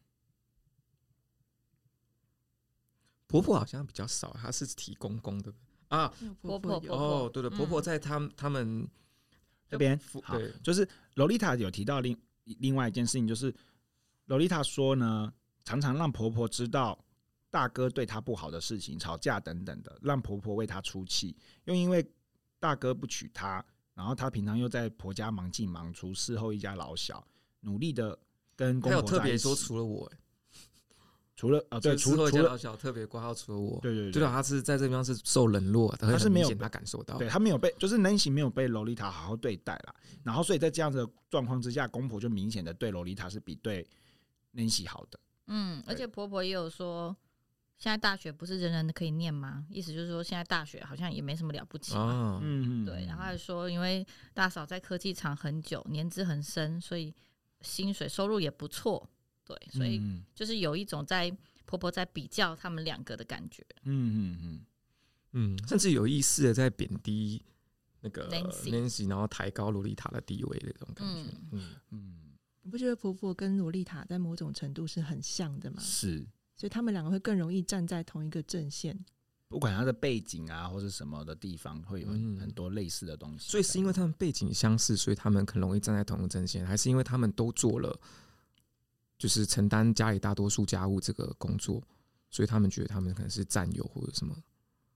Speaker 5: 婆婆好像比较少，她是提公公的啊。
Speaker 1: 婆
Speaker 4: 婆
Speaker 1: 有
Speaker 4: 婆婆
Speaker 5: 哦，对对，婆婆
Speaker 4: 嗯
Speaker 5: 在他们他们
Speaker 3: 这边
Speaker 5: 夫
Speaker 3: 好
Speaker 5: 对
Speaker 3: 就是洛丽塔有提到另另外一件事情，就是洛丽塔说呢，常常让婆婆知道大哥对她不好的事情，吵架等等的，让婆婆为她出气。又因为大哥不娶她，然后她平常又在婆家忙进忙出，事后一家老小，努力的跟公
Speaker 5: 她有
Speaker 3: 婆
Speaker 5: 特
Speaker 3: 在
Speaker 5: 别
Speaker 3: 一起
Speaker 5: 说除了我，欸
Speaker 3: 除了啊、对，
Speaker 5: 就是
Speaker 3: 除
Speaker 5: 事后
Speaker 3: 除
Speaker 5: 加
Speaker 3: 了
Speaker 5: 老小特别挂号除了我，
Speaker 3: 对对
Speaker 5: 就
Speaker 3: 对
Speaker 5: 是。她是在这地方是受冷落，
Speaker 3: 她
Speaker 5: 她
Speaker 3: 是没有
Speaker 5: 她感受到，
Speaker 3: 对她没有被，就是 Nancy 没有被洛丽塔好好对待啦，然后所以在这样的状况之下，公婆就明显的对洛丽塔是比对 Nancy 好的。
Speaker 4: 嗯，而
Speaker 3: 对
Speaker 4: 且婆婆也有说，现在大学不是人人可以念吗？意思就是说，现在大学好像也没什么了不起嘛。
Speaker 5: 啊，
Speaker 3: 嗯，
Speaker 4: 对，然后还说，因为大嫂在科技厂很久，年资很深，所以薪水收入也不错。对，所以
Speaker 3: 嗯
Speaker 4: 就是有一种在婆婆在比较他们两个的感觉。
Speaker 3: 嗯嗯嗯，
Speaker 5: 嗯，甚至有意识的在贬低那个
Speaker 4: Nancy
Speaker 5: 然后抬高洛丽塔的地位的这种感觉，嗯，
Speaker 3: 嗯，
Speaker 1: 你不觉得婆婆跟洛丽塔在某种程度是很像的吗？
Speaker 3: 是，
Speaker 1: 所以他们两个会更容易站在同一个阵线。
Speaker 3: 不管他的背景啊，或是什么的地方，会有
Speaker 5: 嗯
Speaker 3: 很多类似的东西。
Speaker 5: 所以是因为他们背景相似，所以他们很容易站在同一阵线，还是因为他们都做了，就是承担家里大多数家务这个工作，所以他们觉得他们可能是战友或者什么，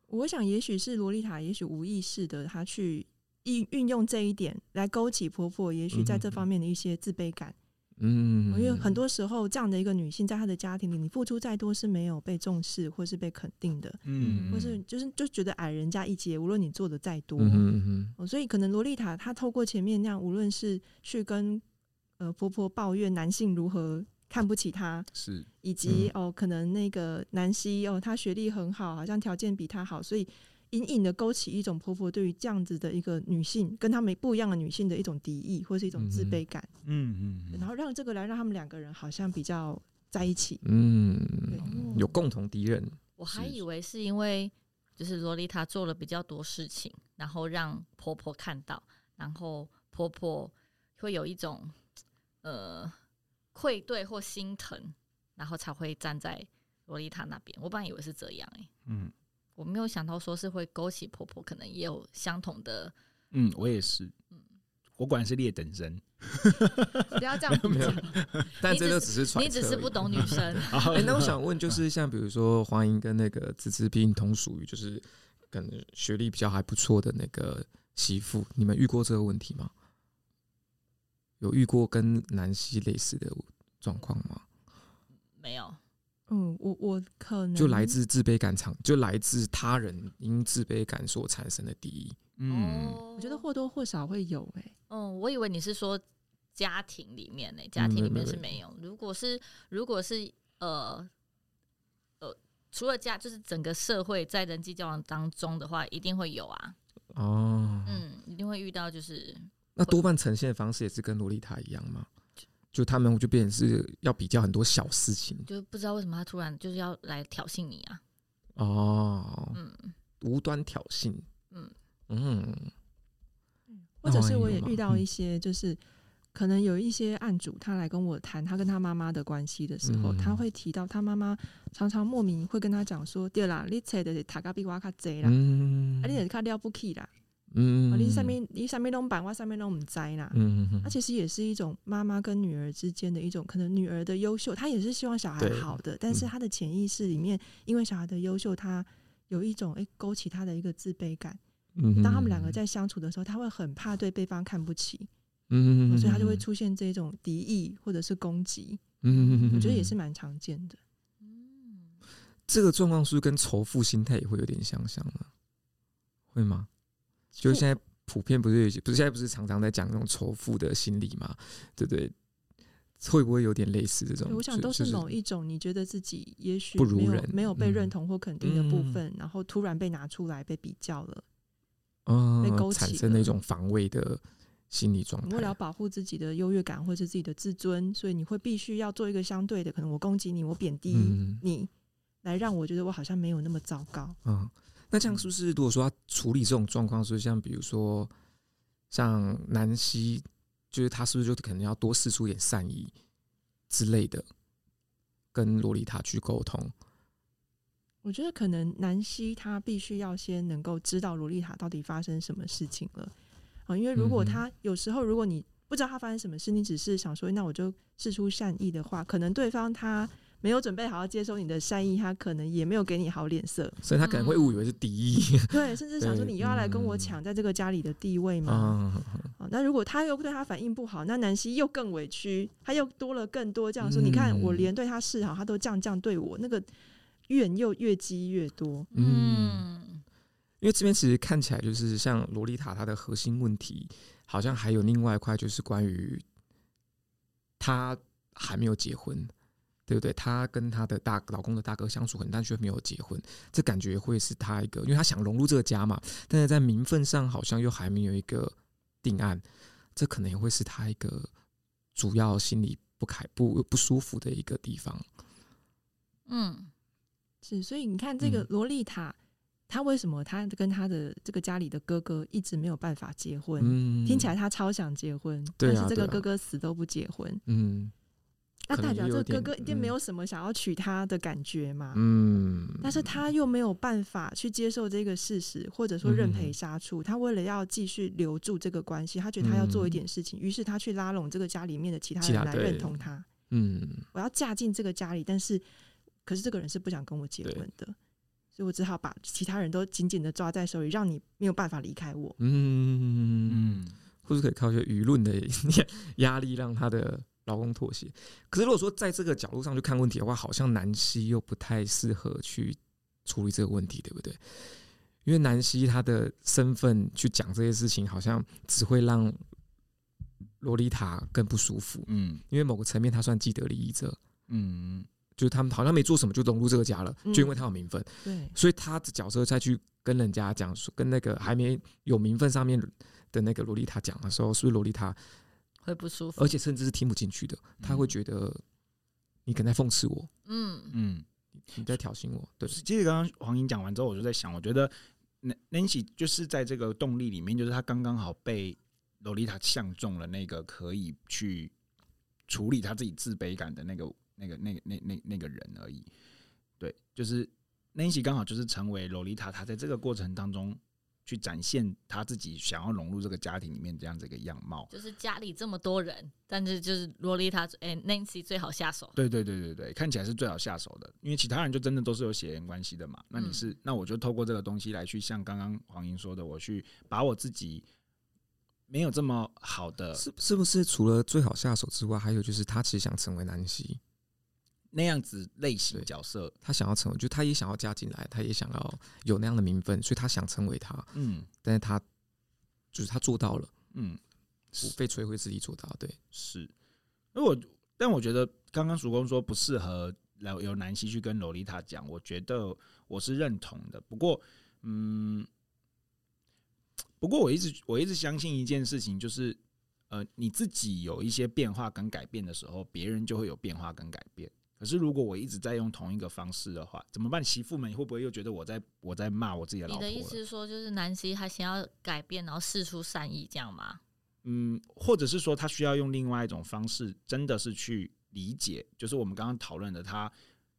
Speaker 1: 我想，也许是洛丽塔，也许无意识的，她去运运用这一点来勾起婆婆，也许在这方面的一些自卑感。
Speaker 5: 嗯，
Speaker 1: 因为很多时候，这样的一个女性在她的家庭里，你付出再多是没有被重视或是被肯定的，
Speaker 3: 嗯，
Speaker 1: 或是就是就觉得矮人家一截，无论你做的再多。
Speaker 5: 嗯哼嗯哼
Speaker 1: 哦，所以可能洛丽塔她透过前面那样，无论是去跟呃婆婆抱怨男性如何看不起她，
Speaker 3: 是，
Speaker 1: 以及、
Speaker 5: 嗯
Speaker 1: 哦可能那个南希哦她学历很好，好像条件比她好，所以隐隐的勾起一种婆婆对于这样子的一个女性跟她们不一样的女性的一种敌意或是一种自
Speaker 5: 嗯哼
Speaker 1: 卑感，
Speaker 3: 嗯嗯
Speaker 1: 然后让这个来让他们两个人好像比较在一起。对
Speaker 5: 嗯，
Speaker 4: 哦
Speaker 5: 有共同 敌人，
Speaker 4: 我还
Speaker 3: 是
Speaker 4: 以为是因为就是洛丽塔做了比较多事情，然后让婆婆看到，然后婆婆会有一种呃愧对或心疼，然后才会站在洛丽塔那边。我本来以为是这样、欸，
Speaker 3: 嗯
Speaker 4: 我没有想到说是会勾起婆婆可能也有相同的，
Speaker 3: 嗯，我也是，我果然是劣等生。
Speaker 4: 不要这样比
Speaker 5: 没有
Speaker 4: 较，
Speaker 5: 但
Speaker 4: 你只
Speaker 5: 这就是只是传
Speaker 4: 你只
Speaker 5: 测
Speaker 4: 是
Speaker 5: 而已
Speaker 4: 不懂 女生。
Speaker 5: 哎、那我想问，就是像比如说黄英跟那个子子平同属于就是可能学历比较还不错的那个媳妇，你们遇过这个问题吗？有遇过跟南希类似的状况吗？
Speaker 4: 没有，
Speaker 1: 嗯，我我可能
Speaker 5: 就来自自卑感场，就来自他人因自卑感所产生的敌意。
Speaker 3: 嗯，
Speaker 4: 哦
Speaker 1: 我觉得或多或少会有哎、
Speaker 4: 嗯，我以为你是说家庭里面呢、家庭里面是
Speaker 5: 嗯没
Speaker 4: 没有。如果是如果是呃呃，除了家，就是整个社会在人际交往当中的话，一定会有啊，
Speaker 5: 哦，
Speaker 4: 嗯，一定会遇到，就是
Speaker 5: 那多半呈现的方式也是跟洛丽塔一样吗？就他们就变成是要比较很多小事情
Speaker 4: 就不知道为什么他突然就是要来挑衅你啊，
Speaker 5: 哦，
Speaker 4: 嗯
Speaker 5: 无端挑衅。
Speaker 4: 嗯
Speaker 5: 嗯，
Speaker 1: 或者
Speaker 5: 那
Speaker 1: 是
Speaker 5: 万一
Speaker 1: 我
Speaker 5: 有
Speaker 1: 也
Speaker 5: 吗
Speaker 1: 遇到
Speaker 5: 嗯
Speaker 1: 一些，就是可能有一些案主，他来跟我谈他跟他妈妈的关系的时候，
Speaker 5: 嗯
Speaker 1: 他会提到他妈妈常常莫名会跟他讲说：“对啦，你切的塔嘎比我卡贼啦，
Speaker 5: 嗯
Speaker 1: 啊，你也卡了不起啦，
Speaker 5: 嗯
Speaker 1: 啊，你上，面你上面弄板，我上面弄唔栽啦。
Speaker 5: 嗯嗯
Speaker 1: 那其实也是一种妈妈跟女儿之间的一种可能，女儿的优秀，她也是希望小孩
Speaker 5: 对
Speaker 1: 好的，但是
Speaker 5: 嗯
Speaker 1: 她的潜意识里面，因为小孩的优秀，她有一种哎、诶勾起她的一个自卑感。
Speaker 5: 嗯
Speaker 1: 当他们两个，在相处的时候，她会很怕对对方看不起，
Speaker 5: 嗯
Speaker 1: 所以他就会，出现这种敌意或者是攻击，
Speaker 5: 嗯
Speaker 1: 我觉得也是。蛮常见的。
Speaker 4: 嗯，
Speaker 5: 这个状况是不是跟仇富心态也会有点相像呢？会吗？就现在普遍不是有些，不是现在不是常常在讲那种仇富的心理嘛，对不对？会不会有点类似这种？
Speaker 1: 对我想都
Speaker 5: 就是
Speaker 1: 某一种你觉得自己也许
Speaker 5: 不如
Speaker 1: 没有
Speaker 5: 人
Speaker 1: 没有被
Speaker 5: 嗯
Speaker 1: 认同或肯定的部
Speaker 5: 嗯
Speaker 1: 分，然后突然被拿出来被比较了，
Speaker 5: 嗯
Speaker 1: 被勾起
Speaker 5: 产生的
Speaker 1: 了
Speaker 5: 一种防卫的心理状
Speaker 1: 你
Speaker 5: 态
Speaker 1: 为。了保护自己的优越感或是自己的自尊，所以你会必须要做一个相对的，可能我攻击你，我贬低
Speaker 5: 嗯
Speaker 1: 你，来让我觉得我好像没有那么糟糕。
Speaker 5: 嗯，那这样是不是如果说要处理这种状况，是不是像比如说像南希，就是他是不是就可能要多试出点善意之类的，跟洛丽塔去沟通？
Speaker 1: 我觉得可能南希她必须要先能够知道罗丽塔到底发生什么事情了，啊、因为如果
Speaker 5: 嗯哼
Speaker 1: 她有时候如果你不知道她发生什么事，你只是想说那我就试出善意的话，可能对方他没有准备好要接收你的善意，他可能也没有给你好脸色，
Speaker 5: 所以他可能会误以为是敌意。
Speaker 1: 对，甚至想说
Speaker 5: 对
Speaker 1: 你又要来跟我
Speaker 5: 嗯
Speaker 1: 抢在这个家里的地位吗？
Speaker 5: 嗯，
Speaker 1: 哦，那如果他又对他反应不好，那南希又更委屈，他又多了更多这样说。你看，我
Speaker 5: 嗯
Speaker 1: 连对他示好，他都这样这样对我，那个怨又越积越多。
Speaker 4: 嗯，
Speaker 5: 因为这边其实看起来就是像洛丽塔，她的核心问题好像还有另外一块，就是关于她还没有结婚，对不对？她跟她的大老公的大哥相处很淡，但却没有结婚，这感觉会是她一个，因为她想融入这个家嘛，但是在名分上好像又还没有一个定案，这可能也会是她一个主要心里不开不不舒服的一个地方。
Speaker 4: 嗯，
Speaker 1: 是，所以你看这个
Speaker 5: 嗯
Speaker 1: 萝莉塔，她为什么她跟她的这个家里的哥哥一直没有办法结婚？
Speaker 5: 嗯，
Speaker 1: 听起来她超想结婚，
Speaker 5: 对啊
Speaker 1: 但是这个
Speaker 5: 对啊
Speaker 1: 哥哥死都不结婚，
Speaker 5: 嗯
Speaker 1: 那
Speaker 5: 可能
Speaker 1: 代表
Speaker 5: 也
Speaker 1: 这个
Speaker 5: 有
Speaker 1: 哥
Speaker 5: 点
Speaker 1: 哥一定没
Speaker 5: 嗯
Speaker 1: 有什么想要娶她的感觉嘛？
Speaker 5: 嗯，
Speaker 1: 但是他又没有办法去接受这个事实，或者说认赔
Speaker 5: 嗯
Speaker 1: 杀出。他为了要继续留住这个关系，他觉得他要做一点事情，于、是他去拉拢这个家里面的其他
Speaker 5: 嗯其他
Speaker 1: 人来
Speaker 5: 对
Speaker 1: 认同他。
Speaker 5: 嗯。
Speaker 1: 我要嫁进这个家里，但是可是这个人是不想跟我结
Speaker 5: 对
Speaker 1: 婚的，所以我只好把其他人都紧紧的抓在手里，让你没有办法离开我。
Speaker 5: 嗯，
Speaker 3: 嗯，
Speaker 5: 或是可以靠一些舆论的压力让她的老公妥协。可是如果说在这个角度上去看问题的话，好像南希又不太适合去处理这个问题，对不对？因为南希她的身份去讲这些事情，好像只会让洛丽塔更不舒服。
Speaker 2: 嗯
Speaker 5: 因为某个层面，她算既得利益者，
Speaker 2: 嗯
Speaker 5: 就是他们好像没做什么就融入这个家了，
Speaker 1: 嗯
Speaker 5: 就因为她有名分。
Speaker 1: 对，
Speaker 5: 所以他的角色再去跟人家讲说，跟那个还没有名分上面的那个洛丽塔讲的时候，是不是洛丽塔？
Speaker 4: 会不舒服
Speaker 5: 而，且甚至是听不进去的，
Speaker 3: 嗯
Speaker 5: 他会觉得你可能在讽刺我，
Speaker 4: 嗯
Speaker 2: 嗯，
Speaker 5: 你在挑衅我，对，
Speaker 3: 其实刚刚黄英讲完之后，我就在想，我觉得 Nan- Nancy 就是在这个动力里面，就是她刚刚好被洛丽塔相中了那个可以去处理她自己自卑感的那个、那个、那个、那、那、那个人而已。对，就是 Nancy 刚好就是成为洛丽塔，她在这个过程当中去展现她自己想要融入这个家庭里面这样子一个样貌。
Speaker 4: 就是家里这么多人，但是就是洛丽塔，哎、n a n c y 最好下手。
Speaker 3: 对对对对对，看起来是最好下手的，因为其他人就真的都是有血缘关系的嘛。那
Speaker 5: 嗯
Speaker 3: 你是，那我就透过这个东西来去像刚刚黄英说的，我去把我自己没有这么好的
Speaker 5: 是是不是除了最好下手之外，还有就是他其实想成为南希，
Speaker 3: 那样子类型
Speaker 5: 对
Speaker 3: 角色，
Speaker 5: 他想要成为，就他也想要加进来，他也想要有那样的名分，所以他想成为他，
Speaker 3: 嗯
Speaker 5: 但是他就是他做到了，
Speaker 3: 嗯，
Speaker 5: 不被摧毁自己做到，对，
Speaker 3: 是。因为我但我觉得刚刚曙光说不适合来由南希去跟洛丽塔讲，我觉得我是认同的。不过，嗯，不过我一直我一直相信一件事情，就是呃，你自己有一些变化跟改变的时候，别人就会有变化跟改变。可是如果我一直在用同一个方式的话，怎么办？媳妇们会不会又觉得我在我在骂我自己的老
Speaker 4: 你
Speaker 3: 婆
Speaker 4: 的意
Speaker 3: 了
Speaker 4: 思是说，就是南希她想要改变，然后试出善意，这样吗？
Speaker 3: 嗯，或者是说他需要用另外一种方式，真的是去理解，就是我们刚刚讨论的他。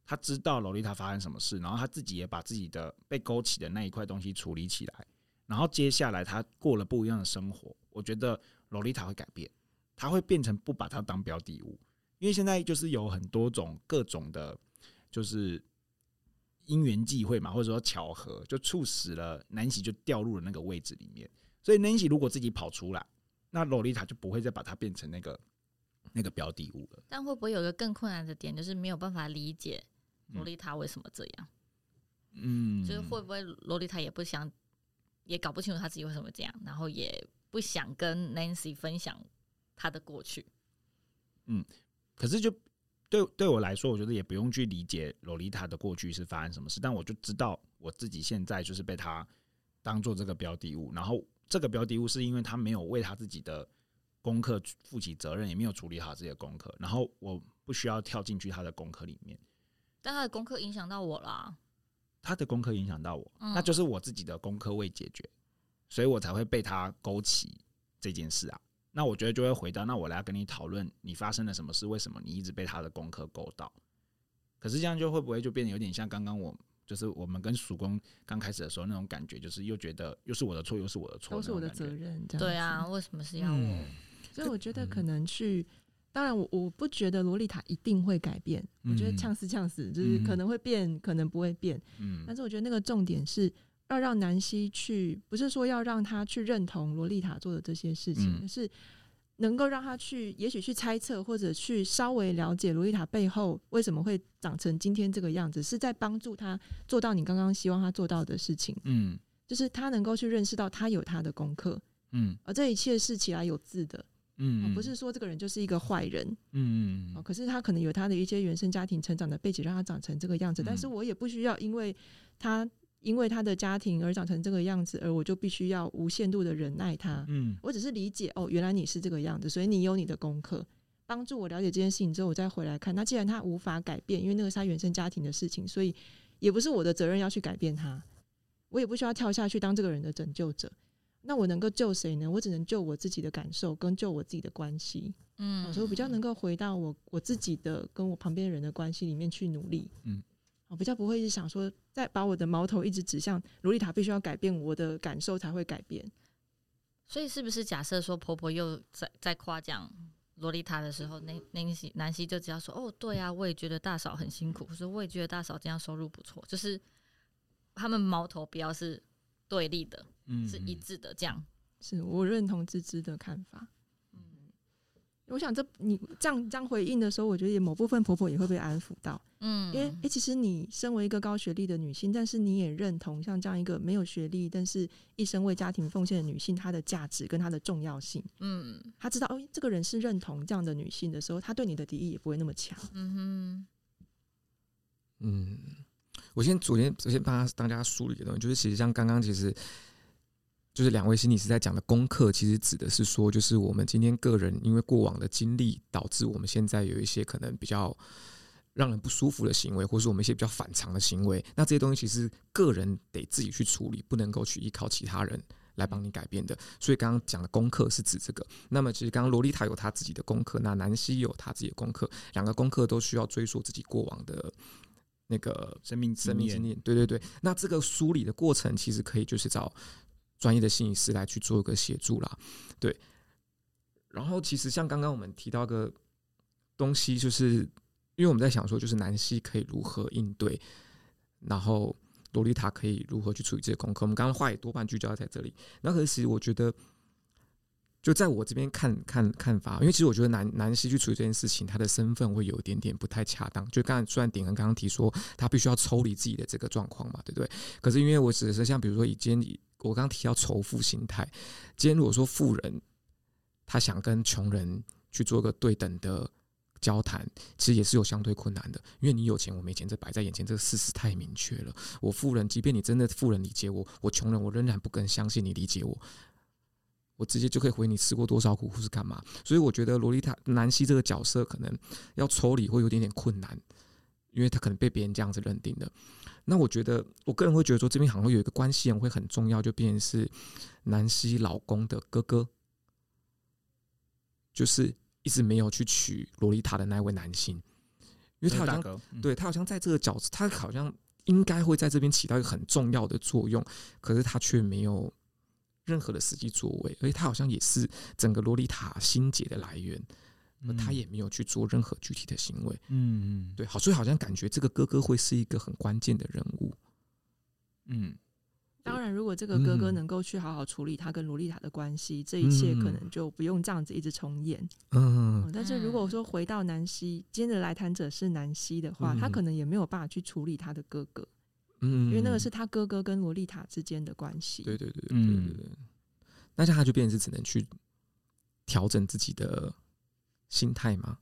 Speaker 3: 他知道洛丽塔发生什么事，然后他自己也把自己的被勾起的那一块东西处理起来，然后接下来他过了不一样的生活。我觉得洛丽塔会改变，他会变成不把它当标的物，因为现在就是有很多种各种的，就是因缘际会嘛，或者说巧合，就促使了南希就掉入了那个位置里面。所以南希如果自己跑出来，那洛丽塔就不会再把它变成那个那个标的物了。
Speaker 4: 但会不会有一个更困难的点，就是没有办法理解
Speaker 3: 嗯
Speaker 4: 洛丽塔为什么这样？
Speaker 3: 嗯
Speaker 4: 就是会不会洛丽塔也不想，也搞不清楚她自己为什么这样，然后也不想跟 Nancy 分享她的过去。
Speaker 3: 可是就对对我来说，我觉得也不用去理解洛丽塔的过去是发生什么事，但我就知道我自己现在就是被她当做这个标的物，然后这个标的物是因为她没有为她自己的功课负起责任，也没有处理好自己的功课，然后我不需要跳进去他的功课里面，
Speaker 4: 但他的功课影响到我啦。
Speaker 3: 他的功课影响到我，
Speaker 4: 嗯
Speaker 3: 那就是我自己的功课未解决，所以我才会被他勾起这件事啊。那我觉得就会回到，那我来跟你讨论你发生了什么事，为什么你一直被他的功课勾到？可是这样就会不会就变得有点像刚刚我就是我们跟曙光刚开始的时候那种感觉，就是又觉得又是我的错，又是我的错，
Speaker 1: 都是我的
Speaker 3: 那种
Speaker 1: 责
Speaker 3: 感觉。
Speaker 1: 任。这样
Speaker 4: 对
Speaker 1: 子
Speaker 4: 啊，为什么是要我？
Speaker 3: 嗯，
Speaker 1: 所以我觉得
Speaker 5: 嗯
Speaker 1: 可能去，当然我我不觉得洛丽塔一定会改变，我觉得
Speaker 3: 嗯
Speaker 1: 呛死呛死，就是可
Speaker 3: 嗯
Speaker 1: 能会变，可能不会变。
Speaker 3: 嗯
Speaker 1: 但是我觉得那个重点是要让南希去，不是说要让她去认同洛丽塔做的这些事情，
Speaker 3: 嗯
Speaker 1: 而是能够让她去，也许去猜测或者去稍微了解洛丽塔背后为什么会长成今天这个样子，是在帮助她做到你刚刚希望她做到的事情，
Speaker 3: 嗯
Speaker 1: 就是她能够去认识到她有她的功课，
Speaker 3: 嗯
Speaker 1: 而这一切是其来有自的。哦
Speaker 3: 嗯，
Speaker 1: 不是说这个人就是一个坏人、
Speaker 3: 嗯，嗯
Speaker 1: 哦，
Speaker 3: 嗯
Speaker 1: 可是他可能有他的一些原生家庭成长的背景，让他长成这个样子。但是
Speaker 3: 嗯
Speaker 1: 我也不需要因为他因为他的家庭而长成这个样子，而我就必须要无限度的忍耐他。
Speaker 3: 嗯
Speaker 1: 我只是理解哦，原来你是这个样子，所以你有你的功课。帮助我了解这件事情之后，我再回来看。那既然他无法改变，因为那个是他原生家庭的事情，所以也不是我的责任要去改变他，我也不需要跳下去当这个人的拯救者。那我能够救谁呢？我只能救我自己的感受，跟救我自己的关系。
Speaker 4: 嗯，
Speaker 1: 所以我比较能够回到我我自己的跟我旁边人的关系里面去努力。
Speaker 3: 嗯，
Speaker 1: 我比较不会是想说再把我的矛头一直指向洛丽塔，必须要改变我的感受才会改变。
Speaker 4: 所以是不是假设说婆婆又在在夸奖洛丽塔的时候，那那西南希就只要说哦，对啊，我也觉得大嫂很辛苦，或者我也觉得大嫂这样收入不错，就是他们矛头不要是对立的，
Speaker 3: 嗯，
Speaker 4: 是一致的这样。
Speaker 1: 是我认同芝芝的看法。
Speaker 4: 嗯
Speaker 1: 我想这你这样这样回应的时候，我觉得也某部分婆婆也会被安抚到，因为、
Speaker 4: 嗯
Speaker 1: 诶，其实你身为一个高学历的女性，但是你也认同像这样一个没有学历，但是一生为家庭奉献的女性，她的价值跟她的重要性，
Speaker 4: 嗯
Speaker 1: 她知道哦，这个人是认同这样的女性的时候，她对你的敌意也不会那么强。
Speaker 4: 嗯
Speaker 5: 嗯，我先昨天我先帮大家梳理一个东西，就是其实像刚刚其实。就是两位心理师在讲的功课，其实指的是说，就是我们今天个人因为过往的经历，导致我们现在有一些可能比较让人不舒服的行为，或是我们一些比较反常的行为。那这些东西其实个人得自己去处理，不能够去依靠其他人来帮你改变的。所以刚刚讲的功课是指这个。那么其实刚刚洛丽塔有她自己的功课，那南希有她自己的功课，两个功课都需要追溯自己过往的那个
Speaker 3: 生命
Speaker 5: 生命经
Speaker 3: 验，
Speaker 5: 验。对对对，那这个梳理的过程其实可以就是找专业的心理师来去做一个协助啦。对，然后其实像刚刚我们提到个东西，就是因为我们在想说，就是南希可以如何应对，然后洛丽塔可以如何去处理这些功课。我们刚刚话也多半聚焦在这里。那可是其实我觉得。就在我这边看看看法，因为其实我觉得南南希去处理这件事情，她的身份会有一点点不太恰当。就刚才虽然鼎恒刚刚提说，他必须要抽离自己的这个状况嘛，对不对？可是因为我只是像比如说以今天我刚刚提到仇富心态，今天如果说富人他想跟穷人去做个对等的交谈，其实也是有相对困难的，因为你有钱我没钱，这摆在眼前，这个事实太明确了。我富人，即便你真的富人理解我，我穷人我仍然不肯相信你理解我。我直接就可以回你吃过多少苦，或是干嘛？所以我觉得洛丽塔南希这个角色可能要抽离会有点点困难，因为他可能被别人这样子认定的。那我觉得，我个人会觉得说，这边好像有一个关系人会很重要，就变成是南希老公的哥哥，就是一直没有去娶洛丽塔的那一位男性，因为他好像
Speaker 3: 像
Speaker 1: 嗯
Speaker 5: 对他好像在这个角色，他好像应该会在这边起到一个很重要的作用，可是他却没有任何的实际作为，而且他好像也是整个洛丽塔心结的来源，而
Speaker 1: 嗯
Speaker 5: 他也没有去做任何具体的行为。
Speaker 3: 嗯嗯嗯
Speaker 5: 对，好，所以好像感觉这个哥哥会是一个很关键的人物。
Speaker 3: 嗯
Speaker 1: 当然，如果这个哥哥
Speaker 5: 嗯
Speaker 1: 能够去好好处理他跟洛丽塔的关系，这一切可
Speaker 5: 嗯
Speaker 1: 能就不用这样子一直重演。
Speaker 5: 嗯
Speaker 1: 嗯，但是如果说回到南希，今天的来谈者是南希的话，他
Speaker 5: 嗯
Speaker 1: 可能也没有办法去处理他的哥哥，
Speaker 5: 嗯，
Speaker 1: 因为那个是他哥哥跟洛丽塔之间的关系。
Speaker 5: 对对对对对
Speaker 3: 嗯
Speaker 5: 对对，那这样他就变成是只能去调整自己的心态嘛，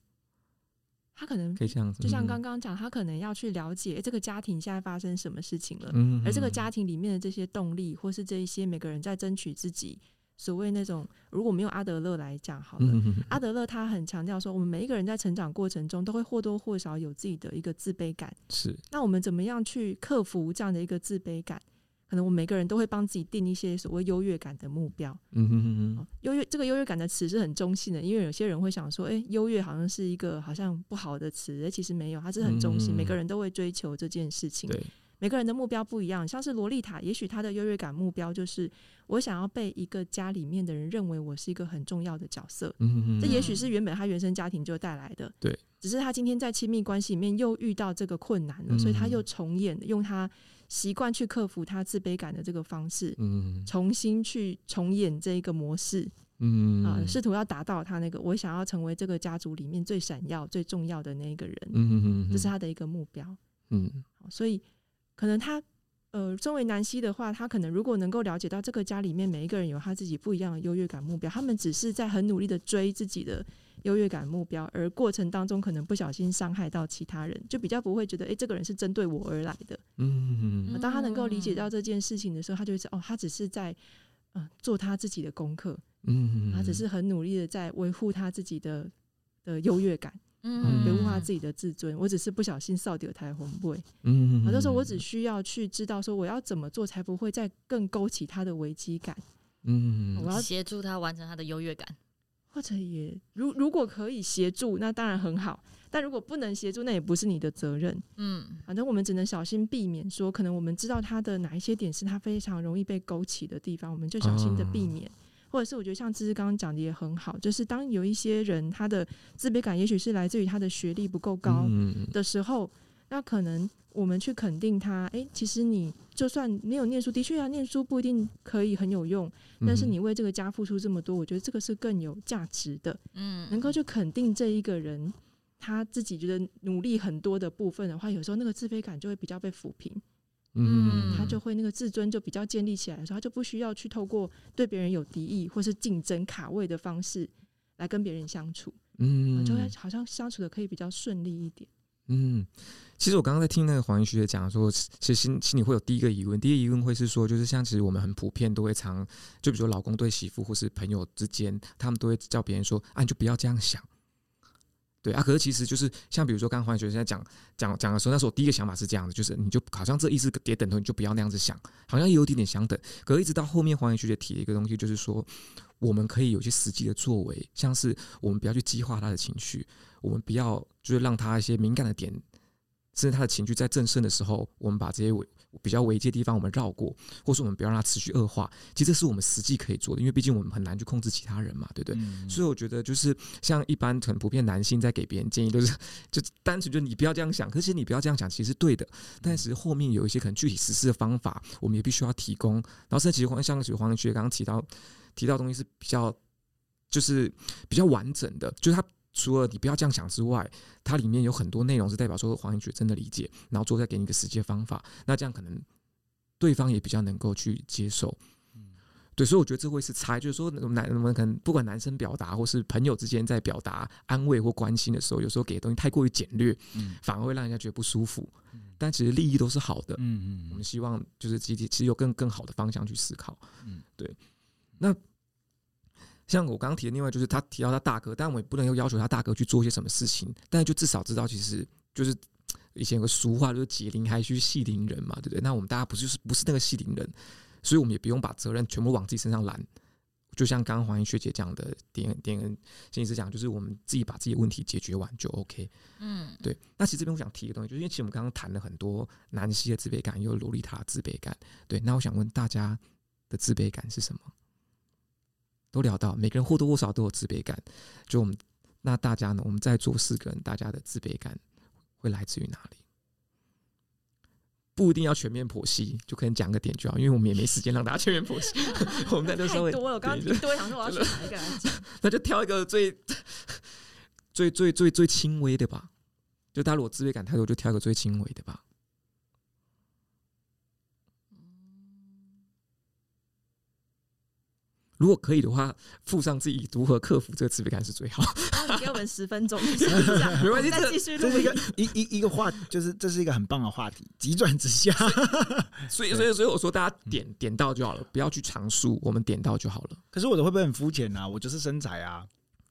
Speaker 1: 他可能
Speaker 5: 可以这样子，
Speaker 1: 就像
Speaker 5: 嗯
Speaker 1: 刚刚讲，他可能要去了解诶哎这个家庭现在发生什么事情了，
Speaker 5: 嗯，
Speaker 1: 而这个
Speaker 5: 嗯
Speaker 1: 家庭里面的这些动力，或是这一些每个人在争取自己所谓那种如果没有阿德勒来讲好了，啊
Speaker 5: 嗯哼哼
Speaker 1: 阿德勒他很强调说，我们每一个人在成长过程中都会或多或少有自己的一个自卑感。
Speaker 5: 是
Speaker 1: 那我们怎么样去克服这样的一个自卑感？可能我们每个人都会帮自己定一些所谓优越感的目标。
Speaker 5: 嗯哼哼哼
Speaker 1: 哦优越这个优越感的词是很中性的，因为有些人会想说，哎、优越好像是一个好像不好的词，诶其实没有，它是很中性，
Speaker 5: 嗯
Speaker 1: 每个人都会追求这件事情。
Speaker 5: 对，
Speaker 1: 每个人的目标不一样，像是洛丽塔，也许她的优越感目标就是我想要被一个家里面的人认为我是一个很重要的角色。
Speaker 5: 嗯哼哼
Speaker 1: 这
Speaker 5: 哼
Speaker 1: 也许是原本他原生家庭就带来的，
Speaker 5: 对。
Speaker 1: 只是他今天在亲密关系里面又遇到这个困难了，
Speaker 5: 嗯
Speaker 1: 所以他又重演，用他习惯去克服他自卑感的这个方式，
Speaker 5: 嗯
Speaker 1: 重新去重演这一个模式
Speaker 5: 嗯
Speaker 1: 啊、试图要达到他那个我想要成为这个家族里面最闪耀、最重要的那一个人，
Speaker 5: 嗯哼哼哼
Speaker 1: 这是他的一个目标。
Speaker 5: 嗯
Speaker 1: 好所以可能他呃，身为南希的话，他可能如果能够了解到这个家里面每一个人有他自己不一样的优越感目标，他们只是在很努力的追自己的优越感目标，而过程当中可能不小心伤害到其他人，就比较不会觉得诶，这个人是针对我而来的。
Speaker 5: 嗯哼哼哼
Speaker 1: 呃当他能够理解到这件事情的时候，他就会知道哦，他只是在。呃，做他自己的功课，
Speaker 5: 嗯哼哼
Speaker 1: 他只是很努力的在维护他自己的的优越感，
Speaker 4: 嗯，
Speaker 1: 维
Speaker 5: 别
Speaker 1: 护
Speaker 5: 问
Speaker 1: 他自己的自尊。我只是不小心扫掉他的红背，
Speaker 5: 嗯
Speaker 1: 好，
Speaker 5: 哼
Speaker 1: 那时候我
Speaker 5: 哼
Speaker 1: 只需要去知道说我要怎么做才不会再更勾起他的危机感，
Speaker 5: 嗯哼
Speaker 1: 我
Speaker 5: 哼
Speaker 1: 要
Speaker 4: 协助他完成他的优越感。
Speaker 1: 或者也如如果可以协助，那当然很好。但如果不能协助，那也不是你的责任。
Speaker 4: 嗯
Speaker 1: 反正我们只能小心避免说，可能我们知道他的哪一些点是他非常容易被勾起的地方，我们就小心的避免。或者是我觉得像芝芝刚刚讲的也很好，就是当有一些人他的自卑感也许是来自于他的学历不够高，
Speaker 5: 嗯哼
Speaker 1: 的时候，那可能我们去肯定他，诶，其实你就算没有念书，的确啊，念书不一定可以很有用，
Speaker 5: 嗯
Speaker 1: 但是你为这个家付出这么多，我觉得这个是更有价值的，
Speaker 4: 嗯，
Speaker 1: 能够去肯定这一个人。他自己觉得努力很多的部分的话，有时候那个自卑感就会比较被抚平，
Speaker 5: 嗯哼
Speaker 1: 他就会那个自尊就比较建立起来的时候，他就不需要去透过对别人有敌意或是竞争卡位的方式来跟别人相处，
Speaker 5: 嗯
Speaker 1: 就会好像相处的可以比较顺利一点。
Speaker 5: 嗯，其实我刚刚在听那个黄医学姐讲说，其实心心里会有第一个疑问，第一个疑问会是说，就是像其实我们很普遍都会常，就比如说老公对媳妇或是朋友之间，他们都会叫别人说啊，你就不要这样想。对啊，可是其实就是像比如说刚刚黄医学姐在讲讲讲的时候，那时候我第一个想法是这样的，就是你就好像这意思也等同你就不要那样子想，好像也有一点点相等。可是一直到后面黄医学姐提了一个东西，就是说我们可以有一些实际的作为，像是我们不要去激化他的情绪，我们不要就是让他一些敏感的点，甚至他的情绪在正盛的时候，我们把这些违比较违界的地方我们绕过，或是我们不要让他持续恶化。其实这是我们实际可以做的，因为毕竟我们很难去控制其他人嘛，对不对？
Speaker 3: 嗯
Speaker 5: 所以我觉得，就是像一般很普遍男性在给别人建议，都是就单纯就你不要这样想，可是你不要这样想，其实是对的。但是后面有一些可能具体实施的方法，我们也必须要提供。然后甚至其实像许黄仁学刚刚提到提到的东西是比较就是比较完整的，就是他。除了你不要这样想之外，它里面有很多内容是代表说黄仁学真的理解，然后之后再给你一个实际的方法，那这样可能对方也比较能够去接受。对，所以我觉得这会是差异，就是说我们男我们可能不管男生表达，或是朋友之间在表达安慰或关心的时候，有时候给的东西太过于简略，
Speaker 2: 嗯
Speaker 5: 反而会让人家觉得不舒服。但其实利益都是好的，
Speaker 2: 嗯
Speaker 5: 我们希望就是集体其实有更更好的方向去思考。
Speaker 2: 嗯，
Speaker 5: 对。那像我刚刚提的，另外就是他提到他大哥，但我也不能又要求他大哥去做一些什么事情，但就至少知道，其实就是以前有个俗话，就是“解铃还须系铃人”嘛，对不对？那我们大家不是就是不是那个系铃人，所以我们也不用把责任全部往自己身上揽。就像刚刚黄英学姐讲的，点点恩心理师讲，就是我们自己把自己的问题解决完就 OK。
Speaker 4: 嗯
Speaker 5: 对，那其实这边我想提一个东西，就是因为其实我们刚刚谈了很多南希的自卑感，也有洛丽塔的自卑感。对，那我想问大家的自卑感是什么？都聊到，每个人或多或少都有自卑感。就我们那大家呢？我们在座四个人，大家的自卑感会来自于哪里？不一定要全面剖析，就可能讲个点就好，因为我们也没时间让大家全面剖析。 我们在这
Speaker 1: 太
Speaker 5: 稍微
Speaker 1: 多了，我刚刚
Speaker 5: 对
Speaker 1: 听多，想说我要选哪一个来讲。
Speaker 5: 那就挑一个最最最最最轻微的吧。就大家如果自卑感太多，就挑一个最轻微的吧。如果可以的话，附上自己如何克服这个自卑感是最好。
Speaker 1: 那你给我们十 分钟的想一下，
Speaker 5: 没关系
Speaker 1: 啊我们再继续录
Speaker 3: 这是一个
Speaker 1: 音。
Speaker 3: 一一一个话，就是这是一个很棒的话题，急转直下。
Speaker 5: 所以，所以，所以我说大家
Speaker 3: 嗯
Speaker 5: 点点到就好了，不要去常数，我们点到就好了。
Speaker 3: 可是我的会不会很肤浅啊？我就是身材啊，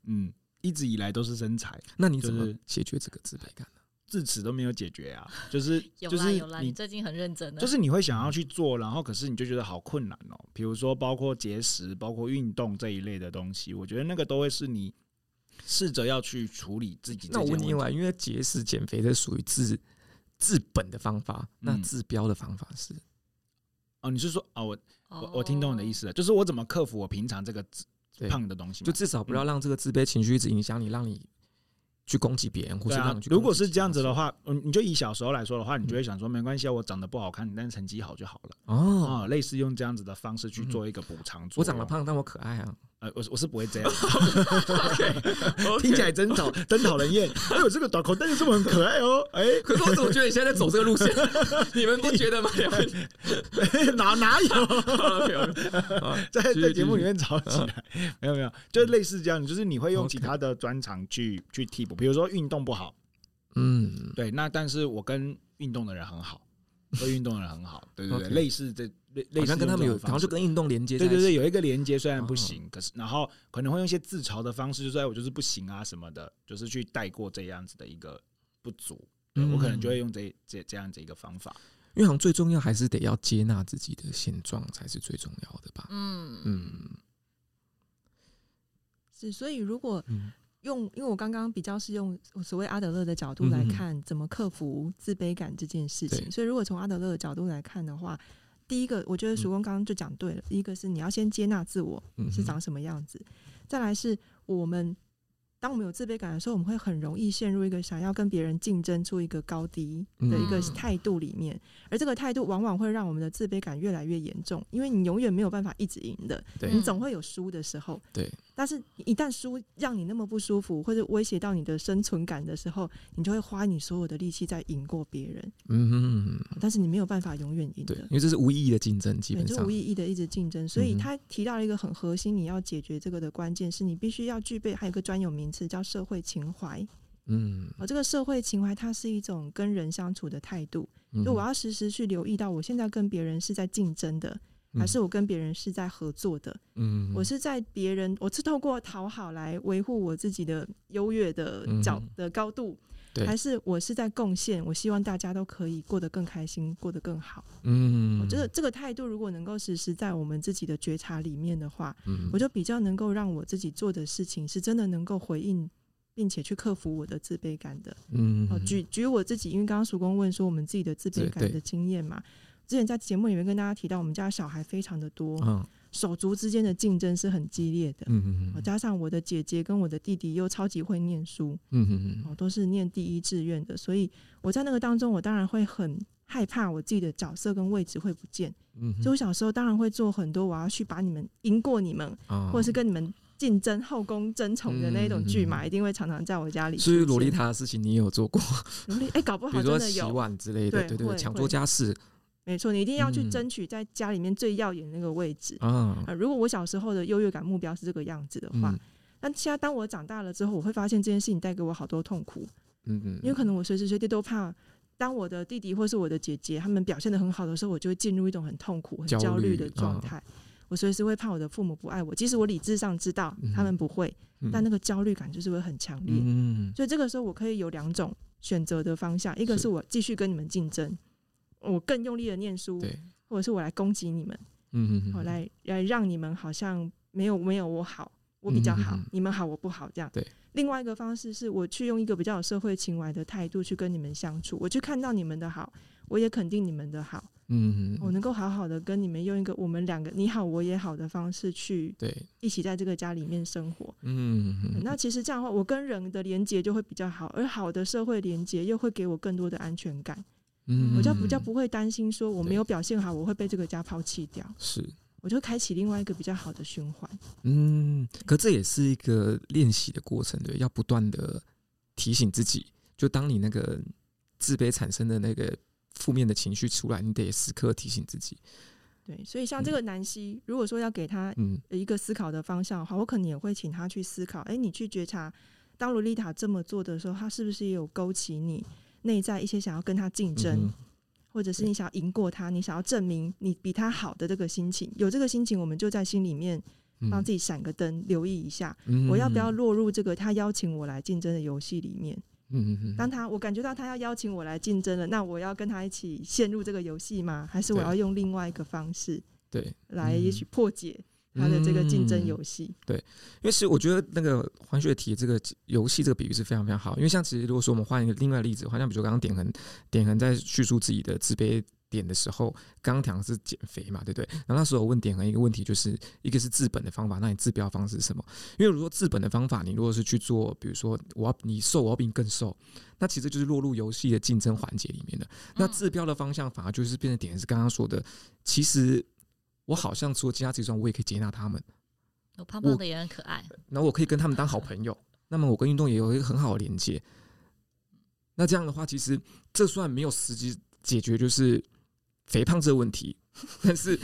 Speaker 3: 嗯，一直以来都是身材，
Speaker 5: 那你怎么
Speaker 3: 就是
Speaker 5: 解决这个自卑感呢？
Speaker 3: 至此都没有解决啊。就是
Speaker 4: 有
Speaker 3: 就
Speaker 4: 啦
Speaker 3: 是
Speaker 4: 有啦，你最近很认真的，
Speaker 3: 就是你会想要去做，然后可是你就觉得好困难哦。比如说，包括节食、包括运动这一类的东西，我觉得那个都会是你试着要去处理自己这
Speaker 5: 那
Speaker 3: 件问
Speaker 5: 我问
Speaker 3: 题。
Speaker 5: 你外，因为节食减肥这属于治治本的方法，那
Speaker 3: 嗯
Speaker 5: 治标的方法是
Speaker 3: 哦，你是说哦，我我
Speaker 4: 哦
Speaker 3: 我听懂你的意。思了，就是我怎么克服我平常这个自
Speaker 5: 对
Speaker 3: 胖的东西嘛？嗯
Speaker 5: 就至少不要让这个自卑情绪一直影响你，让你去攻击别人，或
Speaker 3: 对
Speaker 5: 是让
Speaker 3: 啊
Speaker 5: 你去攻击其他人、。
Speaker 3: 如果是这样子的话，嗯，你就以小时候来说的话，你
Speaker 5: 嗯
Speaker 3: 就会想说，没关系啊，我长得不好看，但是成绩好就好了
Speaker 5: 哦，
Speaker 3: 啊、类似用这样子的方式去做一个补偿作
Speaker 5: 嗯
Speaker 3: 用。
Speaker 5: 我
Speaker 3: 啊
Speaker 5: 长得胖，但我可爱啊。
Speaker 3: 呃，我是我是不会 这样。听起来真讨真讨人厌。哎呦，这个短口袋是我很可爱哦。哎，
Speaker 5: 可是我总觉得你现在在走这个路线，你们不觉得吗？
Speaker 3: 哪哪有 在
Speaker 5: 继续
Speaker 3: 在节目里面吵起来？
Speaker 5: 嗯
Speaker 3: 没有没有，就类似这样，就是你会用其他的专长去去替补，比如说运动不好，
Speaker 5: 嗯，
Speaker 3: 对，那但是我跟运动的人很 好，会运动的人很好，对对对，
Speaker 5: OK
Speaker 3: 类似这类类
Speaker 5: 好
Speaker 3: 似
Speaker 5: 像跟他们有，
Speaker 3: 用这种方
Speaker 5: 好像
Speaker 3: 式
Speaker 5: 就跟运动连接在
Speaker 3: 对
Speaker 5: 一起。
Speaker 3: 对对，有一个连接虽然不
Speaker 5: 哦
Speaker 3: 行，可是然后可能会用一些自嘲的方式，就说哎我就是不行啊什么的，就是去带过这样子的一个不足。对我可能就会用这这这样子一个方法。
Speaker 5: 因为好像嗯最重要还是得要接纳自己的现状才是最重要的吧。
Speaker 4: 嗯，
Speaker 5: 嗯
Speaker 1: 是，所以如果
Speaker 5: 嗯
Speaker 1: 用，因为我刚刚比较是用所谓阿德勒的角度来
Speaker 5: 嗯嗯嗯
Speaker 1: 看怎么克服自卑感这件事情，
Speaker 5: 对
Speaker 1: 所以如果从阿德勒的角度来看的话，第一个我觉得曙光刚刚就讲对了，一个是你要先接纳自我
Speaker 5: 嗯，
Speaker 1: 是长什么样子，再来是我们当我们有自卑感的时候，我们会很容易陷入一个想要跟别人竞争出一个高低的一个
Speaker 4: 嗯
Speaker 1: 态度里面，而这个态度往往会让我们的自卑感越来越严重，因为你永远没有办法一直赢的，
Speaker 5: 对
Speaker 1: 你总会有输的时候。
Speaker 5: 嗯对，
Speaker 1: 但是你一旦输让你那么不舒服，或者威胁到你的生存感的时候，你就会花你所有的力气在赢过别人，
Speaker 5: 嗯，
Speaker 1: 但是你没有办法永远赢
Speaker 5: 对，
Speaker 1: 的
Speaker 5: 因。为这是无意义的竞争，基
Speaker 1: 对，
Speaker 5: 本
Speaker 1: 就
Speaker 5: 上
Speaker 1: 无意义的一直竞争，所以
Speaker 5: 嗯哼
Speaker 1: 他提到了一个很核心，你要解决这个的关键是你必须要具备，还有一个专有名词叫社会情怀。
Speaker 5: 嗯，
Speaker 1: 哦，这个社会情怀它是一种跟人相处的态度，
Speaker 5: 嗯
Speaker 1: 就我要时时去留意到我现在跟别人是在竞争的，还是我跟别人是在合作的，
Speaker 5: 嗯，
Speaker 1: 我是在别人，我是透过讨好来维护我自己的优越的角、
Speaker 5: 嗯
Speaker 1: 的高度，
Speaker 5: 对
Speaker 1: 还是我是在贡献？我希望大家都可以过得更开心，过得更好。
Speaker 5: 嗯，
Speaker 1: 我觉得这个态度如果能够实施在我们自己的觉察里面的话，
Speaker 5: 嗯，
Speaker 1: 我就比较能够让我自己做的事情是真的能够回应。并且去克服我的自卑感的。
Speaker 5: 嗯
Speaker 1: 哦，举举我自己，因为刚刚曙光问说我们自己的自卑
Speaker 5: 对
Speaker 1: 感
Speaker 5: 对
Speaker 1: 的经验嘛，之前在节目里面跟大家提到，我们家小孩非常的多，
Speaker 5: 嗯
Speaker 1: 手足之间的竞争是很激烈的。
Speaker 5: 嗯
Speaker 1: 哦，加上我的姐姐跟我的弟弟又超级会念书，
Speaker 5: 嗯
Speaker 1: 哦，都是念第一志愿的，所以我在那个当中，我当然会很害怕我自己的角色跟位置会不见。
Speaker 5: 嗯，
Speaker 1: 所以我小时候当然会做很多我要去把你们赢过你
Speaker 5: 哦
Speaker 1: 们，或者是跟你们竞争后宫争宠的那一种剧
Speaker 5: 嗯嗯
Speaker 1: 嘛，一定会常常在我家里出
Speaker 5: 所
Speaker 1: 现。
Speaker 5: 以萝莉塔的事情你也有做过，
Speaker 1: 萝莉，哎，搞不
Speaker 5: 比
Speaker 1: 好
Speaker 5: 如
Speaker 1: 真
Speaker 5: 说
Speaker 1: 的
Speaker 5: 洗
Speaker 1: 有，
Speaker 5: 碗之类的，对对，抢做家事
Speaker 1: 没错，你一定要去
Speaker 5: 嗯
Speaker 1: 争取在家里面最耀眼那个位置啊、
Speaker 5: 啊，
Speaker 1: 如果我小时候的优越感目标是这个样子的话，
Speaker 5: 嗯
Speaker 1: 但现在当我长大了之后，我会发现这件事情带给我好多痛苦，
Speaker 5: 嗯，
Speaker 1: 因为可能我随时随地都怕，当我的弟弟或是我的姐姐他们表现的很好的时候，我就会进入一种很痛苦、很
Speaker 5: 焦虑嗯
Speaker 1: 焦虑的状态。我随时会怕我的父母不爱我，即使我理智上知道
Speaker 5: 嗯
Speaker 1: 他们不会，但那个焦虑感就是会很强烈。
Speaker 5: 嗯
Speaker 1: 所以这个时候，我可以有两种选择的方向，一个
Speaker 5: 是
Speaker 1: 是我继续跟你们竞争，我更用力的念书，
Speaker 5: 对，
Speaker 1: 或者是我来攻击你们。
Speaker 5: 嗯，
Speaker 1: 好、来来让你们好像没有没有我好，我比较好，
Speaker 5: 嗯嗯嗯
Speaker 1: 你们好我不好这样。
Speaker 5: 对。
Speaker 1: 另外一个方式是我去用一个比较有社会情怀的态度去跟你们相处，我去看到你们的好，我也肯定你们的好，
Speaker 5: 嗯，
Speaker 1: 我能够好好的跟你们用一个我们两个你好我也好的方式去
Speaker 5: 对，
Speaker 1: 一起在这个家里面生活。
Speaker 5: 嗯，
Speaker 1: 那其实这样的话，我跟人的连接就会比较好，而好的社会连接又会给我更多的安全感，
Speaker 5: 嗯
Speaker 1: 我就比较不会担心说我没有表现好，我会被这个家抛弃掉，
Speaker 5: 是，
Speaker 1: 我就开启另外一个比较好的循环。
Speaker 5: 嗯，可这也是一个练习的过程，对，要不断的提醒自己，就当你那个自卑产生的那个负面的情绪出来，你得时刻提醒自己，
Speaker 1: 对，所以像这个南希，如果说要给他
Speaker 5: 嗯
Speaker 1: 一个思考的方向的话，我可能也会请他去思考：哎，你去觉察，当洛丽塔这么做的时候，她是不是也有勾起你内在一些想要跟她竞争，
Speaker 5: 嗯哼
Speaker 1: 或者是你想要赢过她，你想要证明你比她好的这个心情？有这个心情，我们就在心里面
Speaker 5: 嗯
Speaker 1: 帮自己闪个灯，留意一下，
Speaker 5: 嗯
Speaker 1: 我要不要落入这个他邀请我来竞争的游戏里面？
Speaker 5: 嗯嗯嗯
Speaker 1: 当他我感觉到他要邀请我来竞争了，那我要跟他一起陷入这个游戏吗？还是我
Speaker 5: 对
Speaker 1: 要用另外一个方式
Speaker 5: 对，
Speaker 1: 来
Speaker 5: 嗯
Speaker 1: 也许破解他的这个竞
Speaker 3: 嗯
Speaker 1: 争游 戏？
Speaker 5: 因为其实我觉得那个黄雪提这个游戏这个比喻是非常非常好，因为像其实如果说我们换一个另外的例子，好像比如说刚刚点恒点恒在叙述自己的自卑点的时候，刚刚讲是减肥嘛，对不对？然后那时候我问点恒一个问题，就是一个是治本的方法，那你治标方式是什么？因为如果治本的方法，你如果是去做，比如说我要你瘦，我要比你更瘦，那其实就是落入游戏的竞争环节里面了。那
Speaker 4: 嗯
Speaker 5: 治标的方向反而就是变成点是刚刚说的，其实我好像除了接纳这种，我也可以接纳他们。
Speaker 4: 我胖胖的也很可爱，
Speaker 5: 然后我可以跟他们当好朋友，那么我跟运动也有一个很好的连接。那这样的话，其实这虽然没有实际解决就是肥胖这个问题，但是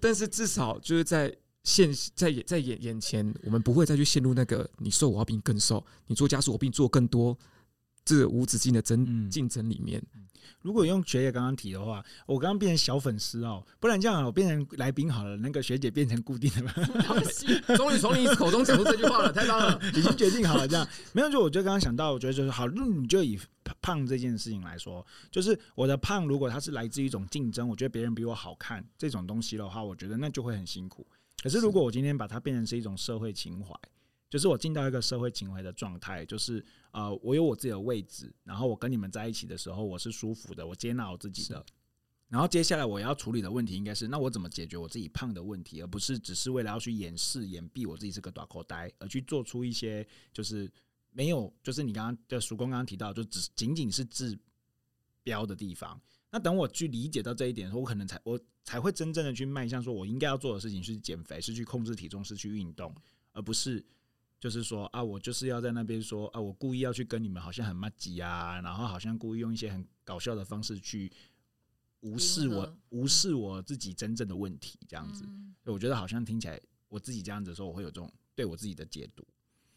Speaker 5: 但是至少就是在现在眼在眼眼前，我们不会再去陷入那个你瘦我要比你更瘦，你做家事我比你做更多这个无止境的争
Speaker 3: 嗯
Speaker 5: 竞争里面。
Speaker 3: 如果用学姐刚刚提的话，我刚刚变成小粉丝哦，不然这样啊我变成来宾好了，那个学姐变成固定的 吧，
Speaker 5: 终于从你口中讲出这句话了，太棒了！
Speaker 3: 已经决定好了这样。没有，就我就刚刚想到，我觉得就是好，那嗯你就以胖这件事情来说，就是我的胖，如果它是来自于一种竞争，我觉得别人比我好看这种东西的话，我觉得那就会很辛苦。可是如果我今天把它变成是一种社会情怀，就是我进到一个社会情怀的状态，就是呃，我有我自己的位置，然后我跟你们在一起的时候，我是舒服的，我接纳我自己的。然后接下来我要处理的问题应该是，那我怎么解决我自己胖的问题，而不是只是为了要去掩饰、掩蔽我自己是个短口呆，而去做出一些就是没有，就是你刚刚就叔公刚刚提到，就只仅仅是治标的地方。那等我去理解到这一点的时候，我可能才我才会真正的去迈向说，我应该要做的事情是减肥，是去控制体重，是去运动，而不是就是说啊，我就是要在那边说啊，我故意要去跟你们好像很骂鸡啊，然后好像故意用一些很搞笑的方式去无视
Speaker 4: 迎合嗯
Speaker 3: 我，无视我自己真正的问题，这
Speaker 4: 这
Speaker 3: 样子。所以我觉得好像听起来，我自己这样子的时候，我会有这种对我自己的解读。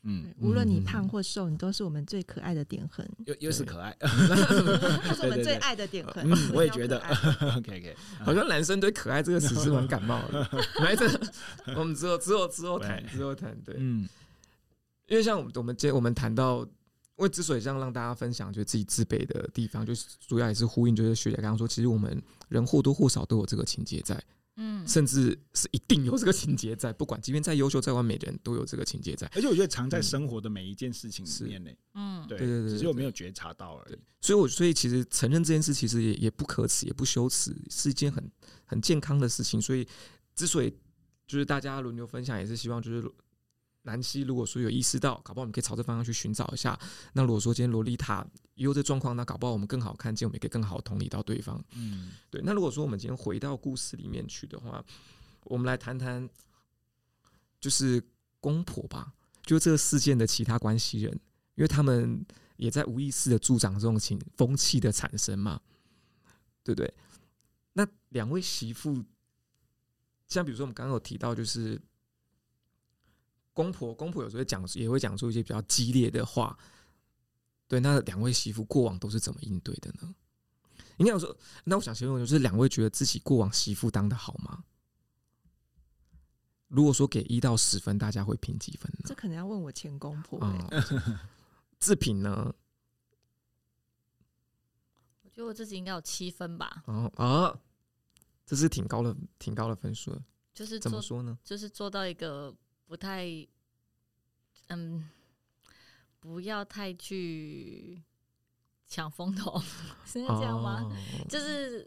Speaker 3: 嗯
Speaker 1: 对，无论你胖或瘦，你都是我们最可爱的点痕，
Speaker 3: 又又是可爱。
Speaker 1: 这是我们
Speaker 3: 对对
Speaker 1: 最
Speaker 3: 对
Speaker 1: 爱的点痕。
Speaker 3: 嗯， 我也觉
Speaker 1: 一定
Speaker 3: 得
Speaker 1: 要可爱。
Speaker 3: OK OK 。
Speaker 5: 好像男生对“可爱”这个词是蛮感冒的。来，这我们之后之后之后谈
Speaker 3: 对
Speaker 5: 之后谈，对。
Speaker 3: 嗯，
Speaker 5: 因为像我们我们今天我们谈到，因为之所以这样让大家分享，就是自己自卑的地方，就是主要也是呼应，就是学姐刚刚说，其实我们人或多或少都有这个情节在，
Speaker 4: 嗯，
Speaker 5: 甚至是一定有这个情节在，不管即便再优秀再完美的人都有这个情节在。
Speaker 3: 而且我觉得藏在
Speaker 5: 嗯
Speaker 3: 生活的每一件事情
Speaker 5: 是
Speaker 3: 里面呢，
Speaker 4: 嗯，
Speaker 3: 对，
Speaker 5: 对对对
Speaker 3: 只是
Speaker 5: 对
Speaker 3: 我没有觉察到而已。
Speaker 5: 所以我所以其实承认这件事，其实也也不可耻，也不羞耻，是一件很很健康的事情。所以之所以就是大家轮流分享，也是希望就是南希如果说有意识到，搞不好我们可以朝这方向去寻找一下。那如果说今天洛丽塔也有这状况，那搞不好我们更好看见，我们也可以更好同理到对方。
Speaker 3: 嗯，
Speaker 5: 对，那如果说我们今天回到故事里面去的话，我们来谈谈就是公婆吧，就这个事件的其他关系人，因为他们也在无意识的助长这种情风气的产生嘛，对不对？那两位媳妇，像比如说我们刚刚有提到，就是公婆，公婆有时候会讲也会讲出一些比较激烈的话，对，那两位媳妇过往都是怎么应对的呢？应该有说，那我想先问，就是两位觉得自己过往媳妇当的好吗？如果说给一到十分，大家会评几分呢
Speaker 1: 这？可能要问我前公婆、
Speaker 3: 哦
Speaker 5: 啊、
Speaker 1: 欸。
Speaker 5: 志平呢？
Speaker 4: 我觉得我自己应该有七分吧，
Speaker 5: 哦啊，这是挺高的，挺高的分数了。
Speaker 4: 就是
Speaker 5: 怎么
Speaker 4: 做
Speaker 5: 说呢？
Speaker 4: 就是做到一个不太，嗯，不要太去抢风头， 是这样吗？
Speaker 5: 哦
Speaker 4: 就是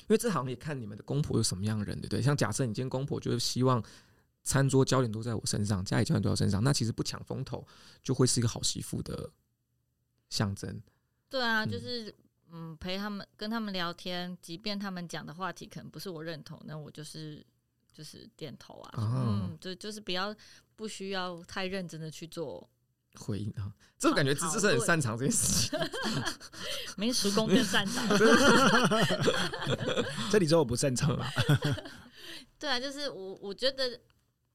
Speaker 5: 因为这好像也看你们的公婆有什么样的人，对不对？像假设你今天公婆就是希望餐桌焦点都在我身上，家里焦点都在我身上，那其实不抢风头就会是一个好媳妇的象征。
Speaker 4: 对啊，就
Speaker 5: 嗯
Speaker 4: 是嗯，陪他们跟他们聊天，即便他们讲的话题可能不是我认同，那我就是就是点头啊，
Speaker 5: 哦
Speaker 4: 嗯，就就是不要不需要太认真的去做
Speaker 5: 回应啊，这种感觉
Speaker 4: 讨
Speaker 5: 芝芝是很
Speaker 4: 论
Speaker 5: 擅长这件事情。
Speaker 4: 民俗宫更擅长。
Speaker 3: 这里说我不擅长吧？
Speaker 4: 对啊，就是我我觉得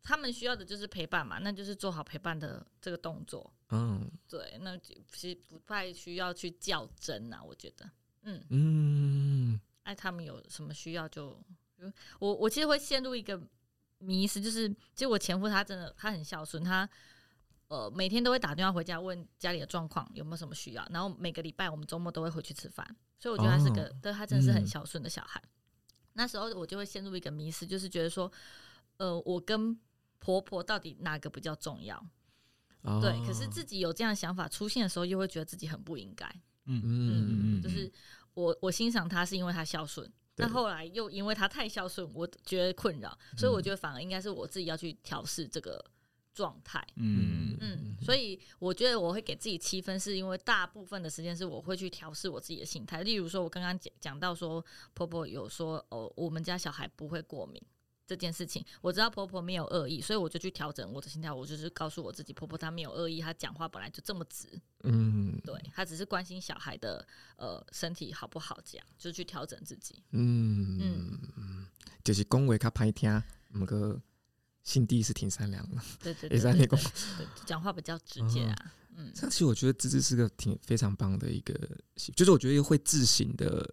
Speaker 4: 他们需要的就是陪伴嘛，那就是做好陪伴的这个动作。
Speaker 5: 嗯
Speaker 4: 对，那就其实不太需要去较真啊，我觉得，嗯，
Speaker 5: 嗯，
Speaker 4: 哎，他们有什么需要就，就我我其实会陷入一个迷失，就是其实我前夫他真的他很孝顺，他呃每天都会打电话回家问家里的状况有没有什么需要，然后每个礼拜我们周末都会回去吃饭，所以我觉得他是个，
Speaker 5: 哦
Speaker 4: 对他真的是很
Speaker 5: 嗯
Speaker 4: 孝顺的小孩。那时候我就会陷入一个迷失，就是觉得说，呃，我跟婆婆到底哪个比较重要？
Speaker 5: 哦
Speaker 4: 对，可是自己有这样的想法出现的时候，又会觉得自己很不应该。
Speaker 3: 嗯，
Speaker 5: 嗯
Speaker 3: 嗯
Speaker 5: 嗯
Speaker 4: 就
Speaker 5: 嗯，
Speaker 4: 是我我欣赏他是因为他孝顺，
Speaker 5: 对
Speaker 4: 但后来又因为他太孝顺，我觉得困扰，所以我觉得反而应该是我自己要去调试这个状态。
Speaker 3: 嗯，
Speaker 4: 嗯，所以我觉得我会给自己七分，是因为大部分的时间是我会去调试我自己的心态。例如说，我刚刚讲讲到说，婆婆有说哦，我们家小孩不会过敏这件事情，我知道婆婆没有恶意，所以我就去调整我的心态，我就是告诉我自己，婆婆她没有恶意，她讲话本来就这么直，
Speaker 5: 嗯
Speaker 4: 对她只是关心小孩的呃身体好不好，这样就去调整自己。
Speaker 5: 嗯
Speaker 4: 嗯
Speaker 5: 嗯，就是恭维他拍听，我个心地是挺善良 的。
Speaker 4: 对对
Speaker 5: 也
Speaker 4: 对
Speaker 5: 是
Speaker 4: 对
Speaker 5: 安
Speaker 4: 对
Speaker 5: 内功
Speaker 4: 对讲话比较直接啊，嗯，
Speaker 5: 这样其实我觉得芝芝是个挺非常棒的一个，就是我觉得会自省的，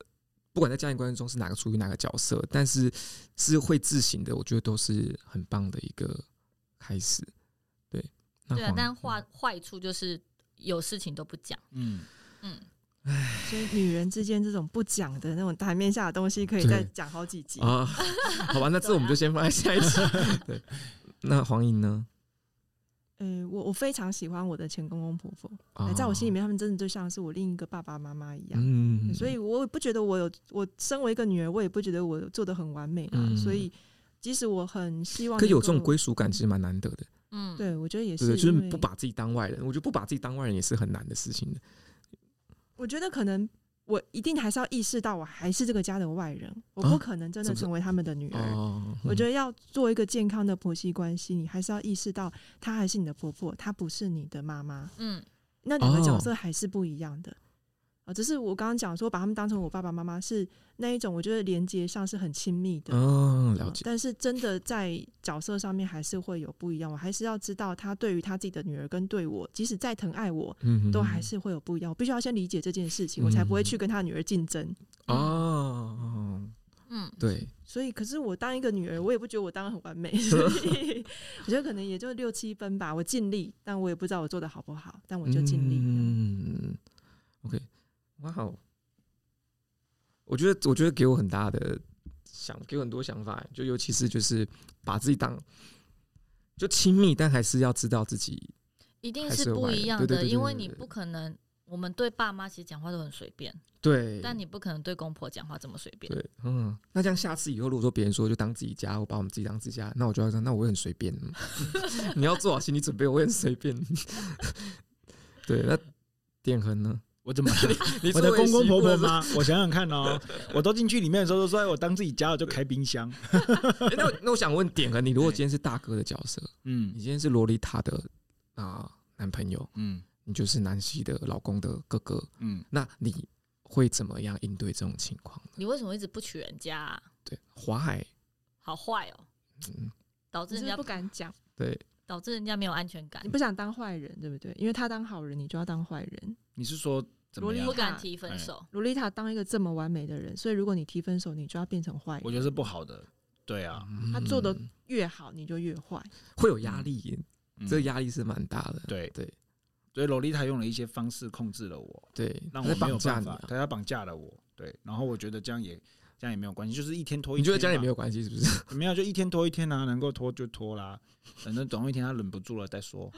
Speaker 5: 不管在家庭关系中是哪个处于哪个角色，但是是会自省的，我觉得都是很棒的一个开始。对，那
Speaker 4: 对啊
Speaker 5: 黄，
Speaker 4: 但坏坏处就是有事情都不讲，
Speaker 3: 嗯，
Speaker 4: 嗯。
Speaker 1: 所以女人之间这种不讲的那种台面下的东西，可以再
Speaker 5: 对
Speaker 1: 讲好几
Speaker 3: 哦
Speaker 1: 集。
Speaker 5: 啊，好吧，那这我们就先放在下 一集。对，那黄颖呢？
Speaker 1: 嗯、我我非常喜欢我的前公公婆婆，
Speaker 3: 哦
Speaker 5: 啊
Speaker 1: 在我心里，面，他们真的就像是我另一个爸爸妈妈一样。
Speaker 5: 嗯
Speaker 1: 所以我也不觉得我有，我身为一个女儿，我也不觉得我做的很完美啦。
Speaker 5: 嗯
Speaker 1: 所以，即使我很希望
Speaker 5: 可有
Speaker 1: 能
Speaker 5: 这
Speaker 1: 够
Speaker 5: 种归属感，其实蛮难得的。
Speaker 4: 嗯，
Speaker 1: 对，我觉得也
Speaker 5: 对
Speaker 1: 是，
Speaker 5: 对，就是
Speaker 1: 因为
Speaker 5: 不把自己当外人，我觉得不把自己当外人也是很难的事情的。
Speaker 1: 我觉得可能我一定还是要意识到，我还是这个家的外人，我
Speaker 5: 啊
Speaker 1: 不可能真
Speaker 5: 是
Speaker 1: 的
Speaker 5: 不是
Speaker 1: 成为他们的女儿。
Speaker 5: 哦，
Speaker 1: 我觉得要做一个健康的婆媳关系，你还是要意识到，她还是你的婆婆，她不是你的妈妈，
Speaker 4: 嗯
Speaker 1: 那两个角
Speaker 5: 哦
Speaker 1: 色还是不一样的。啊，只是我刚刚讲说，把他们当成我爸爸妈妈是那一种，我觉得连接上是很亲密的。
Speaker 5: 嗯，哦，了
Speaker 1: 啊
Speaker 5: 解。
Speaker 1: 但是真的在角色上面还是会有不一样，我还是要知道他对于他自己的女儿跟对我，即使再疼爱我，
Speaker 5: 嗯，
Speaker 1: 都
Speaker 5: 嗯
Speaker 1: 还是会有不一样。我必须要先理解这件事情，我才不会去跟他女儿竞争。
Speaker 5: 哦，
Speaker 4: 嗯，
Speaker 5: 对，
Speaker 1: 所以，可是我当一个女儿，我也不觉得我当的很完 美，所以我觉得可能也就六七分吧。我尽力，但我也不知道我做的好不好，但我就尽力。
Speaker 5: 嗯，OK，哇哦，我觉得我觉得给我很大的想，给我很多想法，就尤其是就是把自己当就亲密，但还是要知道自己
Speaker 4: 一定
Speaker 5: 还
Speaker 4: 是
Speaker 5: 是
Speaker 4: 不
Speaker 5: 外
Speaker 4: 一
Speaker 5: 人
Speaker 4: 样
Speaker 5: 对对
Speaker 4: 的，
Speaker 5: 对对
Speaker 4: 因为
Speaker 5: 对
Speaker 4: 你
Speaker 5: 对
Speaker 4: 不可能，我们对爸妈其实讲话都很随便，
Speaker 5: 对，
Speaker 4: 但你不可能对公婆讲话这么随便。
Speaker 5: 对，嗯，那这样下次以后，如果说别人说就当自己家，我把我们自己当自己家，那我就要说，那我会很随便。 你要做好心理准备，我会很随便。 对，那点恒呢？
Speaker 3: 我怎么了？
Speaker 5: 你
Speaker 3: 我的
Speaker 5: 作为
Speaker 3: 公公
Speaker 5: 媳
Speaker 3: 婆
Speaker 5: 妇
Speaker 3: 婆
Speaker 5: 的时候？
Speaker 3: 吗？我想想看哦，我都进去里面的时候都说，哎我当自己家，我就开冰箱。
Speaker 5: 诶那我那我想问点恒，你如果今天是大哥的角色，
Speaker 3: 嗯
Speaker 5: 你今天是洛丽塔的啊、男朋友，
Speaker 3: 嗯
Speaker 5: 你就是南希的老公的哥哥，
Speaker 3: 嗯，
Speaker 5: 那你会怎么样应对这种情况呢？
Speaker 4: 你为什么一直不娶人家啊？
Speaker 5: 对，华海，
Speaker 4: 好坏哦，
Speaker 5: 嗯，
Speaker 4: 导致
Speaker 1: 你是
Speaker 4: 人
Speaker 1: 不是不
Speaker 4: 家
Speaker 1: 敢讲，
Speaker 5: 对，
Speaker 4: 导致人家没有安全感
Speaker 1: 你，不想当坏人，对不对？因为他当好人，你就要当坏人。
Speaker 3: 你是说怎么
Speaker 1: 萝莉
Speaker 3: 样
Speaker 4: 不？敢
Speaker 1: 怕
Speaker 4: 提分
Speaker 3: 哎
Speaker 4: 手。
Speaker 1: 洛丽塔当一个这么完美的人，所以如果你提分手，你就要变成坏
Speaker 3: 我
Speaker 1: 人。
Speaker 3: 觉得是不好的。对啊，
Speaker 1: 他做的
Speaker 5: 嗯
Speaker 1: 越好，你就越坏。
Speaker 5: 会有压力，
Speaker 3: 嗯
Speaker 5: 这个压力是蛮大的。
Speaker 3: 对
Speaker 5: 对
Speaker 3: 所以洛丽塔用了一些方式控制了我，
Speaker 5: 对，
Speaker 3: 让
Speaker 5: 他
Speaker 3: 我
Speaker 5: 在
Speaker 3: 没有
Speaker 5: 绑架
Speaker 3: 办
Speaker 5: 你
Speaker 3: 法
Speaker 5: 啊，。
Speaker 3: 他要绑架了我。对，然后我觉得这样也这样也没有关系，就是一天拖一天。
Speaker 5: 你觉得家里没
Speaker 3: 有？
Speaker 5: 有关系是 不是？
Speaker 3: 没有，就一天拖一天啊，能够拖就拖啦，反正总有一天他忍不住了再说。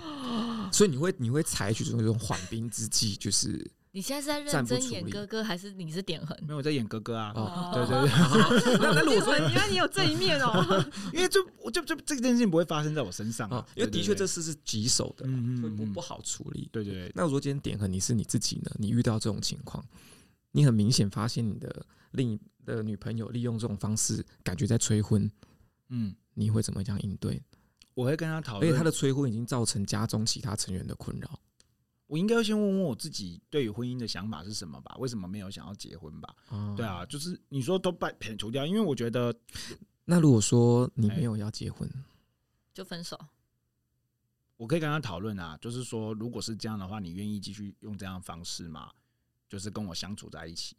Speaker 5: 所以你会你会采取这种缓兵之计，就是
Speaker 4: 你现在是在认
Speaker 5: 暂不
Speaker 4: 真
Speaker 5: 处
Speaker 4: 演
Speaker 5: 理
Speaker 4: 哥哥，还是你是点痕？
Speaker 3: 没有我在演哥哥啊，
Speaker 5: 哦，
Speaker 3: 对对对，
Speaker 5: 那那如 果说
Speaker 1: 原来你有这一面哦，
Speaker 3: 因为就我就就这件事情不会发生在我身上
Speaker 5: 哦
Speaker 3: 啊，，
Speaker 5: 因为
Speaker 3: 对
Speaker 5: 的确这事是棘手的啦，
Speaker 3: 嗯嗯
Speaker 5: 会不
Speaker 3: 嗯
Speaker 5: 不好处理。
Speaker 3: 对对对，
Speaker 5: 那如果今天点和你是你自己呢？你遇到这种情况，你很明显发现你的另一的女朋友利用这种方式，感觉在催婚，
Speaker 3: 嗯，
Speaker 5: 你
Speaker 3: 哦
Speaker 5: 会怎么样应对？
Speaker 3: 我会跟他讨
Speaker 5: 而且
Speaker 3: 论
Speaker 5: 他的催婚已经造成家中其他成员的困扰。
Speaker 3: 我应该要先问问我自己对于婚姻的想法是什么吧？为什么没有想要结婚吧？
Speaker 5: 啊
Speaker 3: 对。啊，就是你说都把撇除掉，因为我觉得
Speaker 5: 那如果说你
Speaker 3: 哎
Speaker 5: 没有要结婚，
Speaker 4: 就分手。
Speaker 3: 我可以跟他讨论啊，就是说如果是这样的话，你愿意继续用这样的方式吗？就是跟我相处在一起，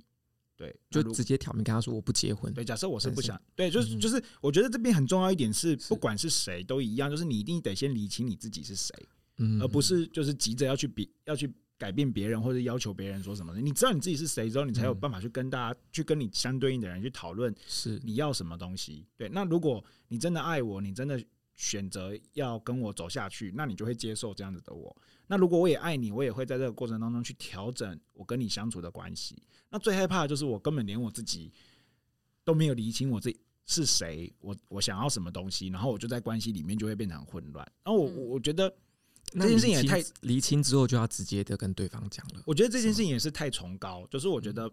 Speaker 3: 对，
Speaker 5: 就
Speaker 3: 那如
Speaker 5: 直接挑明跟他说我不结婚。
Speaker 3: 对，假设我是
Speaker 5: 但
Speaker 3: 不
Speaker 5: 是
Speaker 3: 想，对，就是
Speaker 5: 嗯
Speaker 3: 就是，我觉得这边很重要一点是，
Speaker 5: 是
Speaker 3: 不管是谁都一样，就是你一定得先理清你自己是谁，
Speaker 5: 嗯
Speaker 3: 而不是就是急着要去比要去改变别人或者要求别人说什么。你知道你自己是谁之后，你才有
Speaker 5: 嗯
Speaker 3: 办法去跟大家去跟你相对应的人去讨论
Speaker 5: 是
Speaker 3: 你要什么东西。对，那如果你真的爱我，你真的选择要跟我走下去，那你就会接受这样子的我。那如果我也爱你，我也会在这个过程当中去调整我跟你相处的关系。那最害怕的就是我根本连我自己都没有理清我自己是谁，我我想要什么东西，然后我就在关系里面就会变得很混乱。然后我
Speaker 4: 嗯
Speaker 3: 我我觉得
Speaker 5: 那
Speaker 3: 这件事情也
Speaker 5: 厘清
Speaker 3: 太
Speaker 5: 厘清之后就要直接的跟对方讲了。
Speaker 3: 我觉得这件事情也是太崇高，就是我觉
Speaker 5: 嗯
Speaker 3: 得，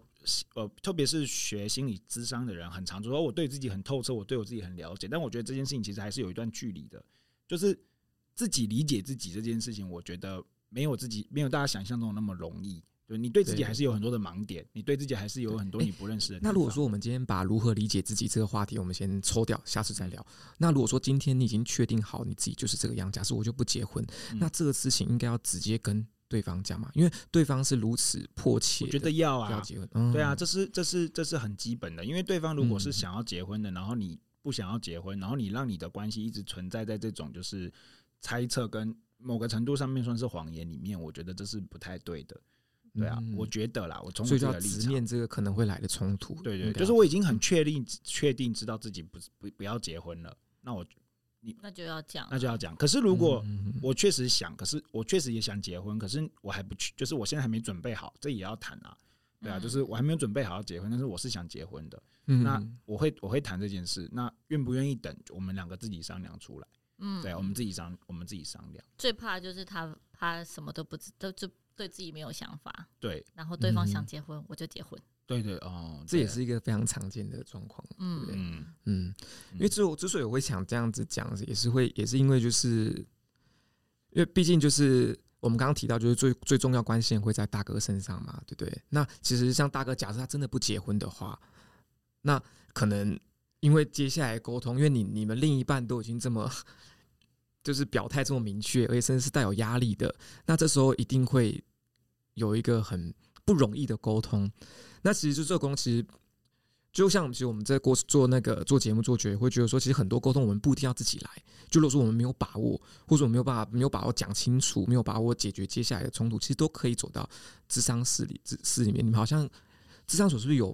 Speaker 3: 呃，特别是学心理智商的人，很常说哦我对自己很透彻，我对我自己很了解，但我觉得这件事情其实还是有一段距离的，就是自己理解自己这件事情，我觉得没有自己没有大家想象中的那么容易。对你对自己
Speaker 5: 对
Speaker 3: 还是有很多的盲点，你对自己还是有
Speaker 5: 对
Speaker 3: 很多
Speaker 5: 诶
Speaker 3: 你不认识的地
Speaker 5: 那
Speaker 3: 方。
Speaker 5: 如果说我们今天把如何理解自己这个话题，我们先抽掉，下次再聊。那如果说今天你已经确定好你自己就是这个样，假设我就不结婚，
Speaker 3: 嗯
Speaker 5: 那这个事情应该要直接跟对方讲嘛，因为对方是如此迫切
Speaker 3: 我觉
Speaker 5: 地
Speaker 3: 得要
Speaker 5: 要
Speaker 3: 啊，
Speaker 5: 结婚。嗯
Speaker 3: 对啊，这是这是这是很基本的，因为对方如果是
Speaker 5: 嗯
Speaker 3: 想要结婚的，然后你不想要结婚，然后你让你的关系一直存在在这种就是猜测跟某个程度上面算是谎言里面，我觉得这是不太对的。对啊，
Speaker 5: 嗯
Speaker 3: 我觉得啦，我从我自
Speaker 5: 所
Speaker 3: 己
Speaker 5: 以就要
Speaker 3: 的立
Speaker 5: 直
Speaker 3: 场，
Speaker 5: 面嗯这个可能会来的冲突。
Speaker 3: 对
Speaker 5: 应
Speaker 3: 对，
Speaker 5: 该
Speaker 3: 就是
Speaker 5: 要
Speaker 3: 我已经很确定确定知道自己不不不要结婚了，那我
Speaker 4: 那就要讲，
Speaker 3: 那就要讲。可是如果
Speaker 5: 嗯嗯嗯
Speaker 3: 我确实想，可是我确实也想结婚，可是我还不去，就是我现在还没准备好，这也要谈啊。对啊，
Speaker 4: 嗯
Speaker 3: 就是我还没有准备好要结婚，但是我是想结婚的。
Speaker 5: 嗯
Speaker 3: 那我会我会谈这件事，那愿不愿意等，我们两个自己商量出来。
Speaker 4: 嗯，
Speaker 3: 对啊，我们自己商我们自己商量。
Speaker 4: 最怕就是他他什么都不知，都就对自己没有想法，
Speaker 3: 对
Speaker 4: 然后对方
Speaker 5: 嗯
Speaker 4: 想结婚，我就结婚。
Speaker 3: 对对哦，
Speaker 5: 这也
Speaker 3: 对
Speaker 5: 是一个非常常见的状况。对
Speaker 4: 嗯，
Speaker 3: 嗯
Speaker 5: 嗯，因为之我之所以我会想这样子讲，也是会也是因为就是，因为毕竟就是我们刚刚提到，就是最最重要关键会在大哥身上嘛，对不对？那其实像大哥，假设他真的不结婚的话，那可能因为接下来沟通，因为你你们另一半都已经这么。 就是表态这么明确，而且甚至是带有压力的，那这时候一定会有一个很不容易的沟通。那其实就这个沟通，其实就像其实我们在过做那个做节目做决，会觉得说，其实很多沟通我们不一定要自己来。就如果说我们没有把握，或者我们没有办法没有把握讲清楚，没有把握解决接下来的冲突，其实都可以走到智商室里智室里面。你们好像智商所是不是有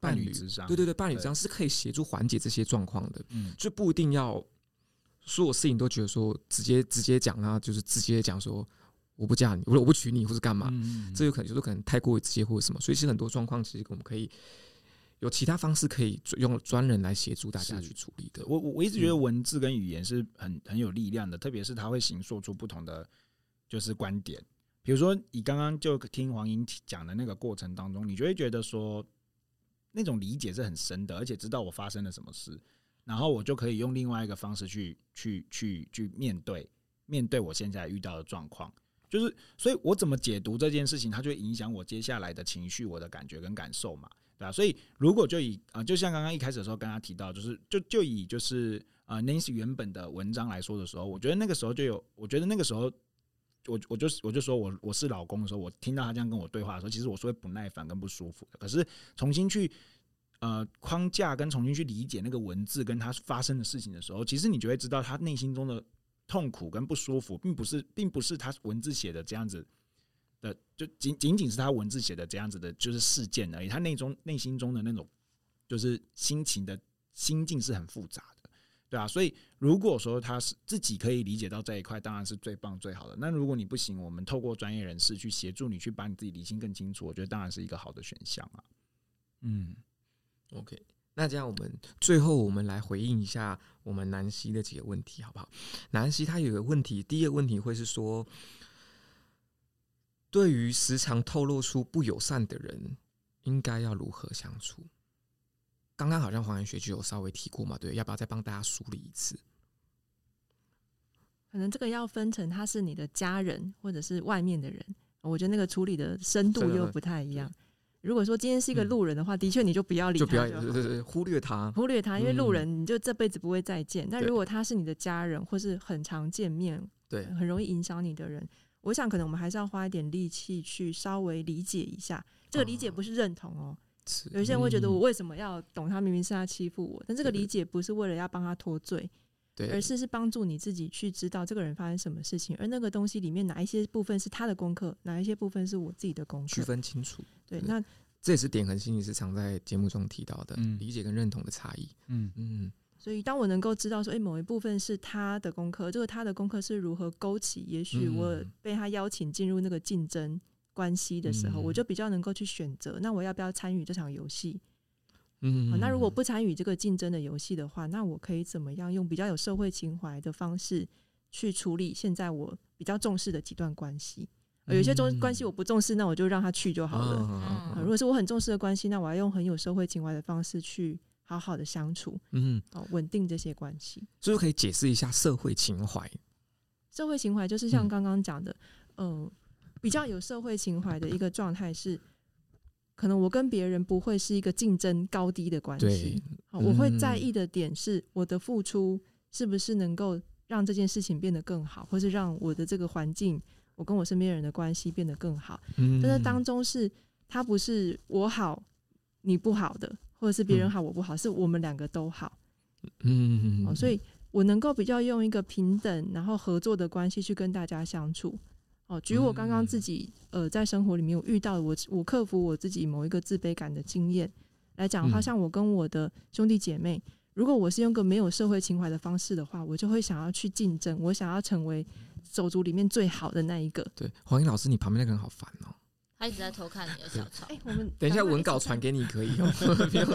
Speaker 3: 伴
Speaker 5: 伴
Speaker 3: 侣
Speaker 5: 侣
Speaker 3: 智商
Speaker 5: 对对对，伴侣
Speaker 3: 对
Speaker 5: 智商是可以协助缓解这些状况的。
Speaker 3: 嗯
Speaker 5: 就不一定要所有事情都觉得说直接直接讲啊，就是直接讲说我不嫁你，或者我不娶你，或是干嘛，
Speaker 3: 嗯
Speaker 5: 这有可能就是可能太过于直接或者什么，所以其实很多状况其实我们可以有其他方式可以用专人来协助大家
Speaker 3: 是
Speaker 5: 去处理的。
Speaker 3: 我我我一直觉得
Speaker 5: 嗯
Speaker 3: 文字跟语言是很很有力量的，特别是它会形塑出不同的就是观点。比如说，你刚刚就听黄英讲的那个过程当中，你就会觉得说，那种理解是很深的，而且知道我发生了什么事，然后我就可以用另外一个方式去去去去面对面对我现在遇到的状况。就是，所以我怎么解读这件事情，它就会影响我接下来的情绪、我的感觉跟感受嘛。对啊，所以如果就以啊、呃就像刚刚一开始的时候跟他提到，就是就就以就是啊、呃、Nancy 原本的文章来说的时候，我觉得那个时候就有，我觉得那个时候我我就我就说我我是老公的时候，我听到他这样跟我对话的时候，其实我是会不耐烦跟不舒服的。可是重新去呃框架跟重新去理解那个文字跟他发生的事情的时候，其实你就会知道他内心中的痛苦跟不舒服，并不是并不是他文字写的这样子的，就仅仅仅是他文字写的这样子的，就是事件而已。他内中内心中的那种就是心情的心境是很复杂的，对啊。所以如果说他是自己可以理解到这一块，当然是最棒最好的。那如果你不行，我们透过专业人士去协助你去把你自己理清更清楚，我觉得当然是一个好的选项啊。嗯，
Speaker 5: OK，那这样我们最后我们来回应一下我们南希的几个问题，好不好？南希她有个问题，第一个问题会是说，对于时常透露出不友善的人，应该要如何相处？刚刚好像黄岩学就有稍微提过嘛，对，要不要再帮大家梳理一次？
Speaker 1: 可能这个要分成他是你的家人或者是外面的人，我觉得那个处理的深度
Speaker 5: 深度
Speaker 1: 又
Speaker 5: 的
Speaker 1: 不太一样。如果说今天是一个
Speaker 5: 嗯
Speaker 1: 路人的话，的确你就不要理
Speaker 5: 就
Speaker 1: 他
Speaker 5: 不要
Speaker 1: 好
Speaker 5: 对对对忽略他，
Speaker 1: 忽略他，因为路
Speaker 5: 嗯
Speaker 1: 人你就这辈子不会再见。但
Speaker 5: 对
Speaker 1: 如果他是你的家人，或是很常见面，
Speaker 5: 对
Speaker 1: 很容易影响你的人，我想可能我们还是要花一点力气去稍微理解一下。这个理解
Speaker 5: 哦
Speaker 1: 不是认同哦，
Speaker 5: 是
Speaker 1: 有一些人会觉得
Speaker 5: 嗯
Speaker 1: 我为什么要懂他？明明是他欺负我，但这个
Speaker 5: 对
Speaker 1: 理解不是为了要帮他脱罪，而
Speaker 5: 对
Speaker 1: 是是帮助你自己去知道这个人发生什么事情，而那个东西里面哪一些部分是他的功课，哪一些部分是我自己的功
Speaker 5: 区
Speaker 1: 课。
Speaker 5: 分清楚，
Speaker 1: 对，
Speaker 5: 对
Speaker 1: 那
Speaker 5: 这也是点恒心理师常在节目中提到的
Speaker 3: 嗯
Speaker 5: 理解跟认同的差异。
Speaker 3: 嗯
Speaker 5: 嗯，
Speaker 1: 所以，当我能够知道说，诶，某一部分是他的功课，这个他的功课是如何勾起，也许
Speaker 5: 嗯
Speaker 1: 我被他邀请进入那个竞争关系的时候，
Speaker 5: 嗯
Speaker 1: 我就比较能够去选择，那我要不要参与这场游戏、
Speaker 5: 嗯
Speaker 1: 好那如果不参与这个竞争的游戏的话，那我可以怎么样用比较有社会情怀的方式去处理现在我比较重视的几段关系？呃有些重
Speaker 5: 嗯哦
Speaker 1: 关系我不重视，那我就让他去就好了。
Speaker 5: 了
Speaker 4: 嗯
Speaker 1: 啊如果是我很重视的关系，那我要用很有社会情怀的方式去好好的相处，
Speaker 5: 嗯，
Speaker 1: 哦，稳定这些关系。
Speaker 5: 所以可以解释一下社会情怀。
Speaker 1: 社会情怀就是像刚刚讲的，嗯、比较有社会情怀的一个状态是，可能我跟别人不会是一个竞争高低的关
Speaker 5: 对嗯
Speaker 1: 系，，好我会在意的点是我的付出是不是能够让这件事情变得更好，或是让我的这个环境，我跟我身边人的关系变得更好。
Speaker 5: 嗯
Speaker 1: 但是当中是它不是我好你不好的，或者是别人好我不好，是我们两个都好。
Speaker 5: 嗯
Speaker 1: 哦，所以我能够比较用一个平等然后合作的关系去跟大家相处。哦，举我刚
Speaker 5: 嗯
Speaker 1: 刚自己呃在生活里面有遇到我我克服我自己某一个自卑感的经验来讲的话，
Speaker 5: 嗯
Speaker 1: 像我跟我的兄弟姐妹，如果我是用个没有社会情怀的方式的话，我就会想要去竞争，我想要成为手足里面最好的那一个。
Speaker 5: 对黄英老师，你旁边那个人好烦哦。
Speaker 4: 他一直在偷看你的 小抄
Speaker 1: 哎、，我们
Speaker 5: 等一下
Speaker 1: 赶快
Speaker 5: 文稿
Speaker 1: 起
Speaker 5: 传给你可以哦， 不用。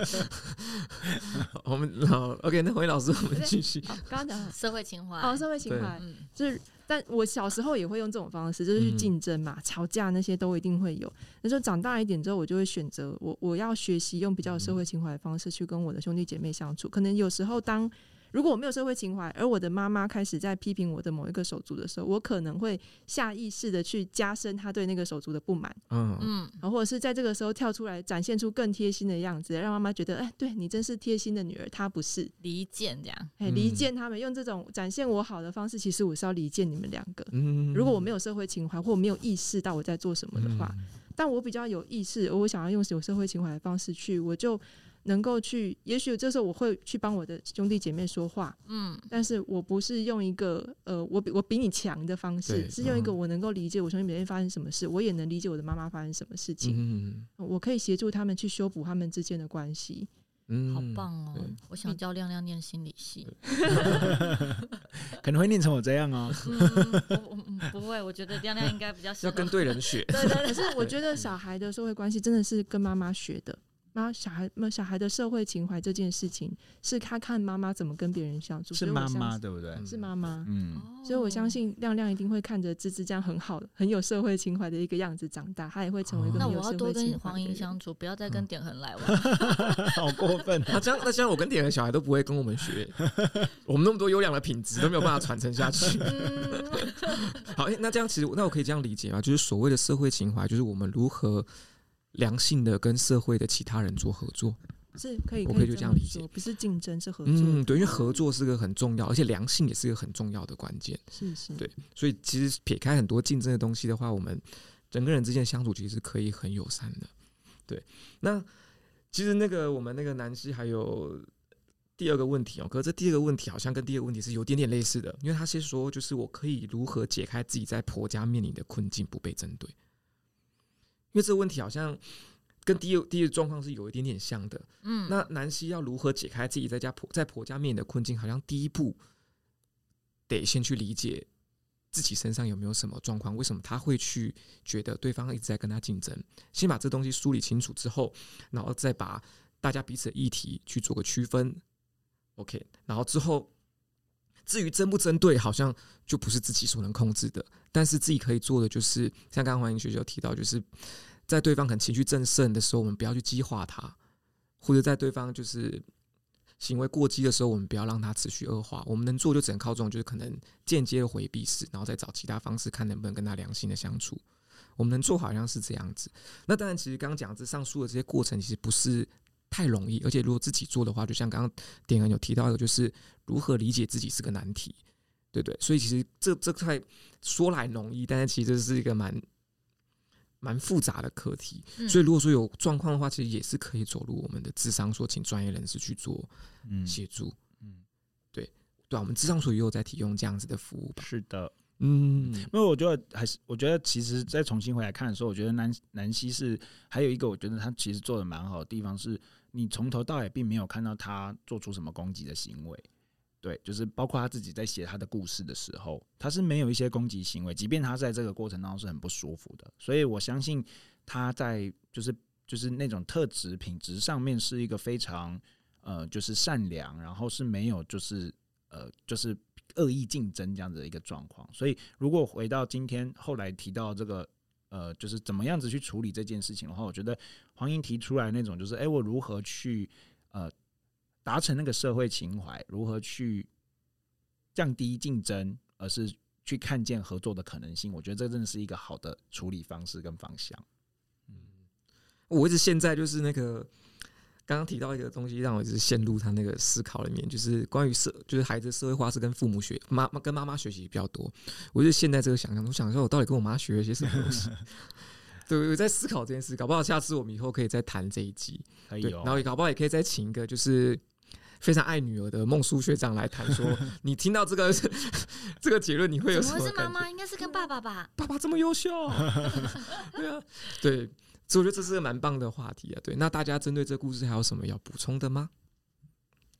Speaker 5: 我们好 OK，那黄英老师，我们 继续。
Speaker 1: 看。哦刚刚讲到
Speaker 4: 社会情怀。
Speaker 1: 哦，社会情
Speaker 5: 对
Speaker 1: 怀
Speaker 4: 嗯，
Speaker 1: 就是，但我小时候也会用这种方式，就是去
Speaker 5: 嗯
Speaker 1: 竞争嘛、吵架那些都一定会有。那就长大一点之后，我就会选择我我要学习用比较有
Speaker 5: 嗯
Speaker 1: 社会情怀的方式去跟我的兄弟姐妹相处。可能有时候当如果我没有社会情怀，而我的妈妈开始在批评我的某一个手足的时候，我可能会下意识的去加深她对那个手足的不满，
Speaker 5: 嗯，
Speaker 4: 嗯，
Speaker 1: 然后或者是在这个时候跳出来展现出更贴心的样子，让妈妈觉得，哎，对你真是贴心的女儿，她不是。
Speaker 4: 离间这样，
Speaker 1: 哎，
Speaker 5: 嗯
Speaker 1: 离间他们，用这种展现我好的方式，其实我是要离间你们两个。
Speaker 5: 嗯
Speaker 1: 如果我没有社会情怀，或我没有意识到我在做什么的
Speaker 5: 嗯
Speaker 1: 话，但我比较有意识，我想要用有社会情怀的方式去，我就能够去。也许这时候我会去帮我的兄弟姐妹说话，
Speaker 4: 嗯，
Speaker 1: 但是我不是用一个呃，我比我比你强的方式，
Speaker 5: 对
Speaker 1: 是用一个
Speaker 5: 嗯
Speaker 1: 我能够理解我兄弟姐妹发生什么事，我也能理解我的妈妈发生什么事情，
Speaker 5: 嗯
Speaker 1: 我可以协助他们去修补他们之间的关系。
Speaker 5: 嗯
Speaker 4: 好棒哦
Speaker 5: 对！
Speaker 4: 我想叫亮亮念心理系，
Speaker 3: 可能会念成我这样哦。
Speaker 4: 嗯，我我嗯不会，我觉得亮亮应该比较适
Speaker 5: 要
Speaker 4: 合
Speaker 5: 跟对人学。
Speaker 4: 对对
Speaker 1: 可是我觉得小孩的社会关系真的是跟妈妈学的。然后小孩，那小孩的社会情怀这件事情，是他看妈妈怎么跟别人相处，
Speaker 3: 是
Speaker 1: 所以我
Speaker 3: 妈
Speaker 1: 相
Speaker 3: 妈，
Speaker 1: 信，
Speaker 3: 对不对？
Speaker 1: 是妈妈。
Speaker 3: 嗯，
Speaker 1: 所以我相。信亮亮一定会看着芝芝这样很好、很有社会情怀的一个样子长大，他也会成为一个
Speaker 5: 哦嗯
Speaker 4: 那
Speaker 1: 很
Speaker 4: 我
Speaker 1: 有
Speaker 4: 要
Speaker 1: 社
Speaker 4: 多
Speaker 1: 会
Speaker 4: 跟
Speaker 1: 情怀
Speaker 4: 黄
Speaker 1: 的
Speaker 4: 英
Speaker 1: 人。
Speaker 4: 相处，不要再跟点恒来往。
Speaker 3: 好过分 哦
Speaker 5: 那这样，那这样我跟点人小孩都不会跟我们 学，我们那么多优良的品质都没有办法传承下去。
Speaker 4: 嗯，
Speaker 5: 好，诶，那这样其实那我可以这样理解吗？就是所谓的社会情怀，就是我们如何良性的跟社会的其他人做合作。
Speaker 1: 是可以，
Speaker 5: 我
Speaker 1: 可
Speaker 5: 可以
Speaker 1: 以
Speaker 5: 就这样
Speaker 1: 么
Speaker 5: 理解
Speaker 1: 说，不是竞争，是合作。
Speaker 5: 嗯，对，因为合作是个很重要，而且良性也是一个很重要的关键。
Speaker 1: 是是，
Speaker 5: 对所以其实撇开很多竞争的东西的话，我们人跟人之间相处其实可以很友善的。对，那其实那个我们那个南希还有第二个问题哦，可是这第二个问题好像跟第一个问题是有点点类似的，因为他是说就是我可以如何解开自己在婆家面临的困境不被针对，因为这个问题好像。跟第一第一个状况是有一点点像的。
Speaker 4: 嗯
Speaker 5: 那南希要如何解开自己在家婆在婆家面临的困境？好像第一步得先去理解自己身上有没有什么状况，为什么他会去觉得对方一直在跟他竞争？先把这东西梳理清楚之后，然后再把大家彼此的议题去做个区分。OK，然后之后至于针不针对，好像就不是自己所能控制的。但是自己可以做的就是，像刚刚黄英学姐有提到，就是在对方很情绪正盛的时候，我们不要去激化他，或者在对方就是行为过激的时候，我们不要让他持续恶化。我们能做就只能靠这种，就是可能间接的回避式，然后再找其他方式看能不能跟他良性的相处。我们能做好像是这样子。那当然，其实刚刚讲这上述的这些过程，其实不是太容易，而且如果自己做的话，就像刚刚点恩有提到的，就是如何理解自己是个难题，对不对？所以其实这这块说来容易，但是其实这是一个蛮蛮复杂的课题。
Speaker 4: 嗯
Speaker 5: 所以如果说有状况的话，其实也是可以走入我们的智商所，请专业人士去做
Speaker 3: 嗯，
Speaker 5: 协助。
Speaker 3: 嗯，
Speaker 5: 对、啊，我们智商所也有在提供这样子的服务吧？
Speaker 3: 是的。
Speaker 5: 嗯，
Speaker 3: 因为我觉得还是，我觉得其实再重新回来看的时候，我觉得南南希是还有一个，我觉得他其实做的蛮好的地方是，你从头到尾并没有看到他做出什么攻击的行为。对，就是包括他自己在写他的故事的时候，他是没有一些攻击行为，即便他在这个过程当中是很不舒服的。所以我相信他在就是就是那种特质品质上面是一个非常呃就是善良，然后是没有就是呃就是恶意竞争这样子的一个状况。所以，如果回到今天后来提到这个，呃，就是怎么样子去处理这件事情的话，我觉得黄英提出来那种就是，哎、我如何去呃达成那个社会情怀，如何去降低竞争，而是去看见合作的可能性，我觉得这真的是一个好的处理方式跟方向。
Speaker 5: 我一直现在就是那个刚刚提到一个东西，让我一直陷入他那个思考里面，就是关于社，就是孩子社会化是跟父母学妈妈跟妈妈学习比较多。我就现在这个想象，我想说我到底跟我妈学了些什么东 西？对，我在思考这件事，搞不好下次我们以后可以再谈这一集。
Speaker 3: 可以
Speaker 5: 对，
Speaker 3: 哦，
Speaker 5: 然后也搞不好也可以再请一个就是非常爱女儿的孟叔学长来谈说，你听到这个 这个结论，你会有
Speaker 4: 怎
Speaker 5: 什
Speaker 4: 么
Speaker 5: 么
Speaker 4: 会
Speaker 5: 感
Speaker 4: 是
Speaker 5: 觉？
Speaker 4: 妈妈？应该是跟爸爸吧？
Speaker 5: 爸爸这么优秀， 对啊，对，所以我觉得这是个蛮棒的话题啊。对，那大家针对这故事还有什么要补充的吗？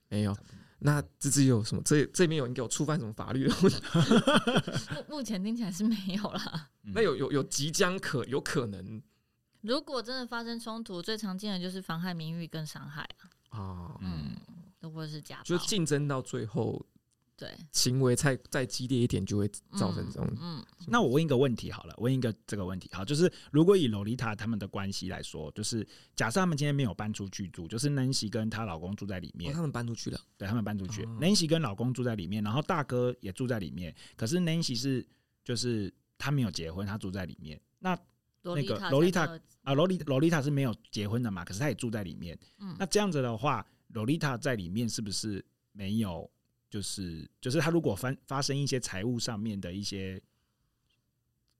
Speaker 5: 没有。那芝芝有什么？这这边有人给我触犯什么法律的 问题？嗯
Speaker 4: 目目前听起来是没有啦。
Speaker 3: 嗯
Speaker 5: 那有有有即将可有可能
Speaker 4: 如果真的发生冲突，最常见的就是妨害名誉跟伤害啊，
Speaker 3: 哦
Speaker 5: 啊，
Speaker 4: 嗯，都或者是家暴，
Speaker 5: 就是竞争到最后，
Speaker 4: 对，
Speaker 5: 行为再再激烈一点，就会
Speaker 4: 嗯
Speaker 5: 造成这种
Speaker 4: 嗯
Speaker 3: 那我问一个问题好了，问一个这个问题好，就是如果以洛丽塔他们的关系来说，就是假设他们今天没有搬出去住，就是 Nancy 跟她老公住在里
Speaker 5: 哦
Speaker 3: 面，
Speaker 5: 他们搬出去了，
Speaker 3: 对他们搬出去、
Speaker 5: 哦
Speaker 3: n a n c y 跟老公住在里面，然后大哥也住在里面，可是 Nancy 是就是她没有结婚，她住在里面。那
Speaker 4: 洛
Speaker 3: 那
Speaker 4: 丽
Speaker 3: 个
Speaker 4: 塔
Speaker 3: 洛丽
Speaker 4: 才
Speaker 3: 塔
Speaker 4: 没有，
Speaker 3: 啊，洛丽洛丽塔是没有结婚的嘛，可是她也住在里面。
Speaker 4: 嗯
Speaker 3: 那这样子的话，洛丽塔在里面是不是没有？就是就是她如果发发生一些财务上面的一些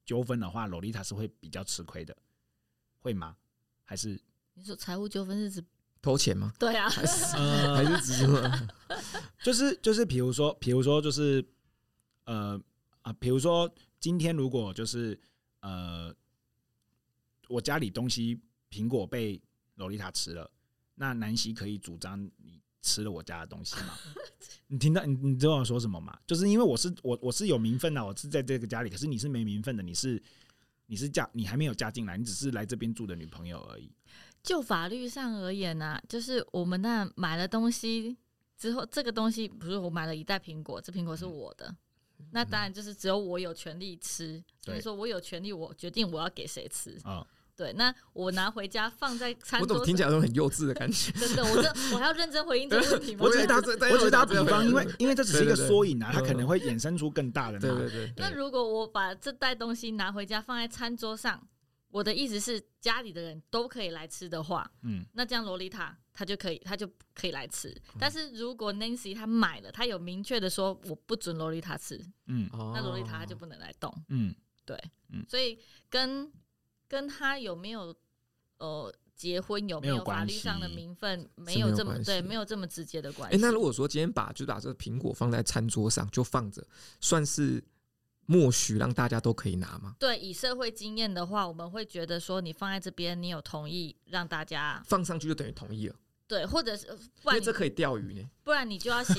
Speaker 3: 纠纷的话，洛丽塔是会比较吃亏的，会吗？还是
Speaker 4: 你说财务纠纷是指
Speaker 5: 偷钱吗？
Speaker 4: 对啊，
Speaker 5: 还是
Speaker 3: 呃
Speaker 5: 还是 只是
Speaker 3: 就是就是，比如说，比如说，就是呃啊，比如说，今天如果就是呃，我家里东西苹果被洛丽塔吃了，那南希可以主张你吃了我家的东西吗？ 你听到你你知道我说什么吗？就是因为我是我我是有名分的，啊我是在这个家里，可是你是没名分的，你是你是嫁你还没有嫁进来，你只是来这边住的女朋友而已。
Speaker 4: 就法律上而言啊，就是我们那买了东西之后，这个东西不是我买了一袋苹果，这苹果是我的，那当然就是只有我有权利吃，所以
Speaker 3: 对
Speaker 4: 说我有权利，我决定我要给谁吃。
Speaker 3: 啊、
Speaker 4: 对，那我拿回家放在餐
Speaker 5: 我怎
Speaker 4: 桌
Speaker 5: 么听
Speaker 4: 上
Speaker 5: 起。来都很幼稚的 感觉？
Speaker 4: 真的，我这我还要认真回应这个问 题吗？
Speaker 5: 我只
Speaker 4: 这
Speaker 5: 是
Speaker 4: 样
Speaker 5: 打，
Speaker 4: 子
Speaker 5: 我
Speaker 3: 我只是打比方，因为因为这只是一个
Speaker 5: 对对对
Speaker 3: 缩影啊，它可
Speaker 5: 嗯
Speaker 3: 能会衍生出更大的
Speaker 5: 对
Speaker 3: 嘛
Speaker 5: 对对，
Speaker 4: 那如果我把这袋东西拿回家放在餐桌上，我的意思是家里的人都可以来吃的话，
Speaker 3: 嗯。
Speaker 4: 那这样洛丽塔她就可以，她就可以来吃。
Speaker 5: 嗯
Speaker 4: 但是如果 Nancy 她买了，她有明确的说我不准洛丽塔吃，
Speaker 3: 嗯
Speaker 4: 那
Speaker 5: 那
Speaker 4: 洛丽塔她
Speaker 5: 哦
Speaker 4: 就不能来动。
Speaker 3: 嗯
Speaker 4: 所以跟跟她有没有呃结婚有
Speaker 3: 没
Speaker 4: 没
Speaker 3: 有
Speaker 4: 有法
Speaker 3: 关
Speaker 4: 律上的
Speaker 3: 系
Speaker 4: 名分，没
Speaker 5: 没
Speaker 4: 有
Speaker 5: 有
Speaker 4: 这么
Speaker 5: 关
Speaker 4: 对，
Speaker 5: 系
Speaker 4: 没有这么直接的关
Speaker 5: 哎、
Speaker 4: 系。
Speaker 5: 那如果说今天把就把这个苹果放在餐桌上就放着，算是默许让大家都可以拿吗？
Speaker 4: 对以社会经验的话，我们会觉得说你放在这边，你有同意让大家
Speaker 5: 放上去就等于同意了，
Speaker 4: 对，或者是呃不
Speaker 5: 因
Speaker 4: 然
Speaker 5: 为
Speaker 4: 你
Speaker 5: 这可以钓鱼 呢，
Speaker 4: 不然你就 要写。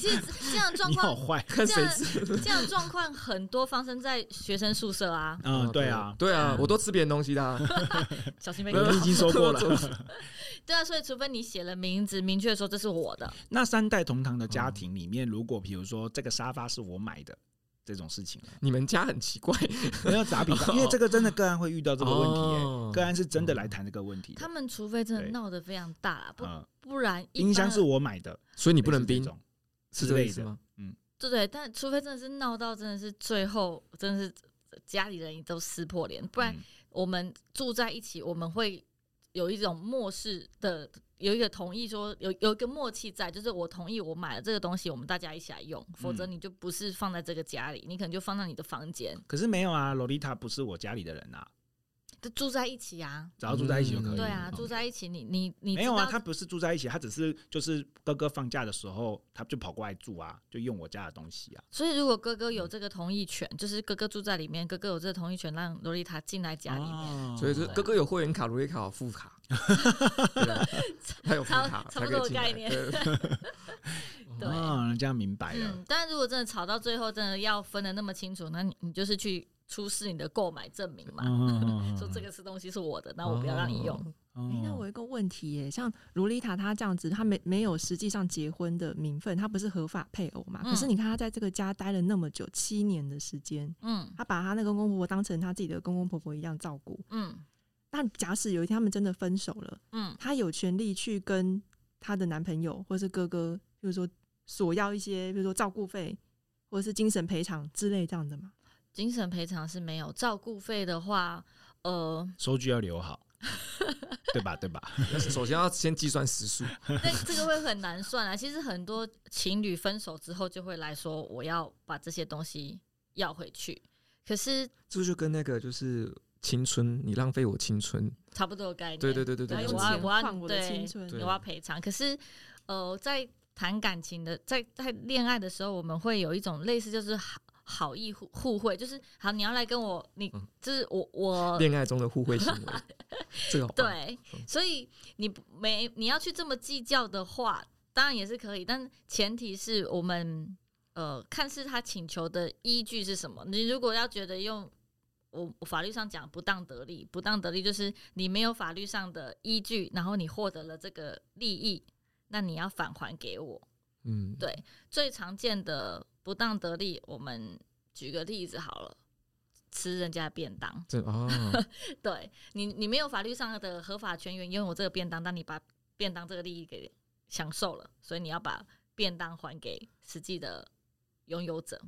Speaker 4: 其实这样的状
Speaker 3: 你
Speaker 4: 况
Speaker 3: 好坏
Speaker 5: 看谁
Speaker 4: 这
Speaker 5: 吃。
Speaker 4: 这样的状况很多发生在学生宿 舍啊，
Speaker 3: 啊、嗯，对啊，
Speaker 5: 对啊，
Speaker 3: 嗯
Speaker 5: 我都吃别人东西的、啊，
Speaker 4: 小心被
Speaker 5: 没有
Speaker 4: 告
Speaker 3: 你已经 说过 了。
Speaker 4: 对啊，所以除非你写了名字，明确说这是我的，
Speaker 3: 那三代同堂的家庭里面，如果比如说这个沙发是我买的这种事情了，
Speaker 5: 你们家很奇怪
Speaker 3: 没有打比方，因为这个真的个案会遇到这个问题、耶
Speaker 5: 哦
Speaker 3: 个案是真的来谈这个问题的。
Speaker 4: 他们除非真的
Speaker 3: 对
Speaker 4: 闹得非常大啦，不
Speaker 3: 嗯，
Speaker 4: 不然一般
Speaker 3: 音箱是我买的，
Speaker 5: 所以你不能
Speaker 3: 类似
Speaker 5: 冰
Speaker 3: 这，种
Speaker 5: 是这个意思吗？
Speaker 4: 对对，但除非真的是闹到真的是最后真的是家里人也都撕破脸，不然
Speaker 3: 嗯
Speaker 4: 我们住在一起，我们会有一种漠视的，有一个同意说有有一个默契在，就是我同意我买了这个东西，我们大家一起来用，否
Speaker 3: 嗯
Speaker 4: 则你就不是放在这个家里，你可能就放到你的房间，
Speaker 3: 可是没有啊，洛丽塔不是我家里的人啊，
Speaker 4: 就住在一起啊。
Speaker 3: 只要住在一起就可以。
Speaker 5: 嗯
Speaker 4: 对啊，
Speaker 3: 嗯
Speaker 4: 住在一起，你你你
Speaker 3: 没有啊，
Speaker 4: 知道
Speaker 3: 他不是住在一起，他只是就是哥哥放假的时候，他就跑过来住啊，就用我家的东西啊。
Speaker 4: 所以如果哥哥有这个同意权，就是哥哥住在里面，哥哥有这个同意权让洛丽塔进来家里面，
Speaker 3: 哦
Speaker 5: 所以说，哥哥有会员卡，罗丽卡有副卡，
Speaker 3: 啊
Speaker 5: 对他有副卡，
Speaker 4: 差
Speaker 5: 才
Speaker 4: 不
Speaker 5: 可以
Speaker 4: 多
Speaker 5: 进
Speaker 4: 的概
Speaker 5: 来
Speaker 4: 念
Speaker 5: 对
Speaker 4: 对。
Speaker 3: 哦，这样明白了
Speaker 4: 嗯，。但如果真的吵到最后，真的要分的那么清楚，那你你就是去出示你的购买证明嘛，
Speaker 3: 嗯
Speaker 4: 说这个是东西是我的，那我不要让你用。
Speaker 5: 哦
Speaker 1: 哎、
Speaker 4: 嗯
Speaker 1: 那我有一个问题耶，像罗丽塔她这样子，她没没有实际上结婚的名分，她不是合法配偶嘛？可是
Speaker 4: 嗯
Speaker 1: 你看她在这个家待了那么久，七年的时间，
Speaker 4: 嗯
Speaker 1: 她把她那个公公婆婆当成她自己的公公婆婆一样照顾。
Speaker 4: 嗯
Speaker 1: 那假使有一天他们真的分手了，
Speaker 4: 嗯
Speaker 1: 她有权利去跟她的男朋友或是哥哥，比如说索要一些，比如说照顾费或者是精神赔偿之类这样的嘛？
Speaker 4: 精神赔偿是没有，照顾费的话，呃，
Speaker 3: 收据要留好，对吧？对吧？
Speaker 5: 首先要先计算时数，
Speaker 4: 那这个会很难算啊。其实很多情侣分手之后就会来说，我要把这些东西要回去，可是
Speaker 5: 这就跟那个就是青春，你浪费我青春，
Speaker 4: 差不多的概念。
Speaker 5: 对对对对
Speaker 4: 哎
Speaker 5: 对，
Speaker 1: 要
Speaker 4: 我
Speaker 1: 用
Speaker 4: 要
Speaker 1: 钱
Speaker 4: 我要
Speaker 1: 换我的
Speaker 4: 对
Speaker 1: 青春，
Speaker 5: 对
Speaker 4: 我要赔偿。可是，呃，在谈感情的，在在恋爱的时候，我们会有一种类似就是好好意互互惠，就是好你要来跟我，你
Speaker 5: 嗯
Speaker 4: 就是我我
Speaker 5: 恋爱中的互惠行为，这个好棒，
Speaker 4: 对
Speaker 5: 嗯，
Speaker 4: 所以你不没你要去这么计较的话，当然也是可以，但前提是我们呃看是他请求的依据是什么。你如果要觉得用我我法律上讲不当得利，不当得利就是你没有法律上的依据，然后你获得了这个利益，那你要返还给我。
Speaker 5: 嗯，
Speaker 4: 对最常见的不当得利，我们举个例子好了，吃人家的便当。
Speaker 5: 这啊，
Speaker 4: 对你，你没有法律上的合法权源拥有这个便当，但你把便当这个利益给享受了，所以你要把便当还给实际的拥有者，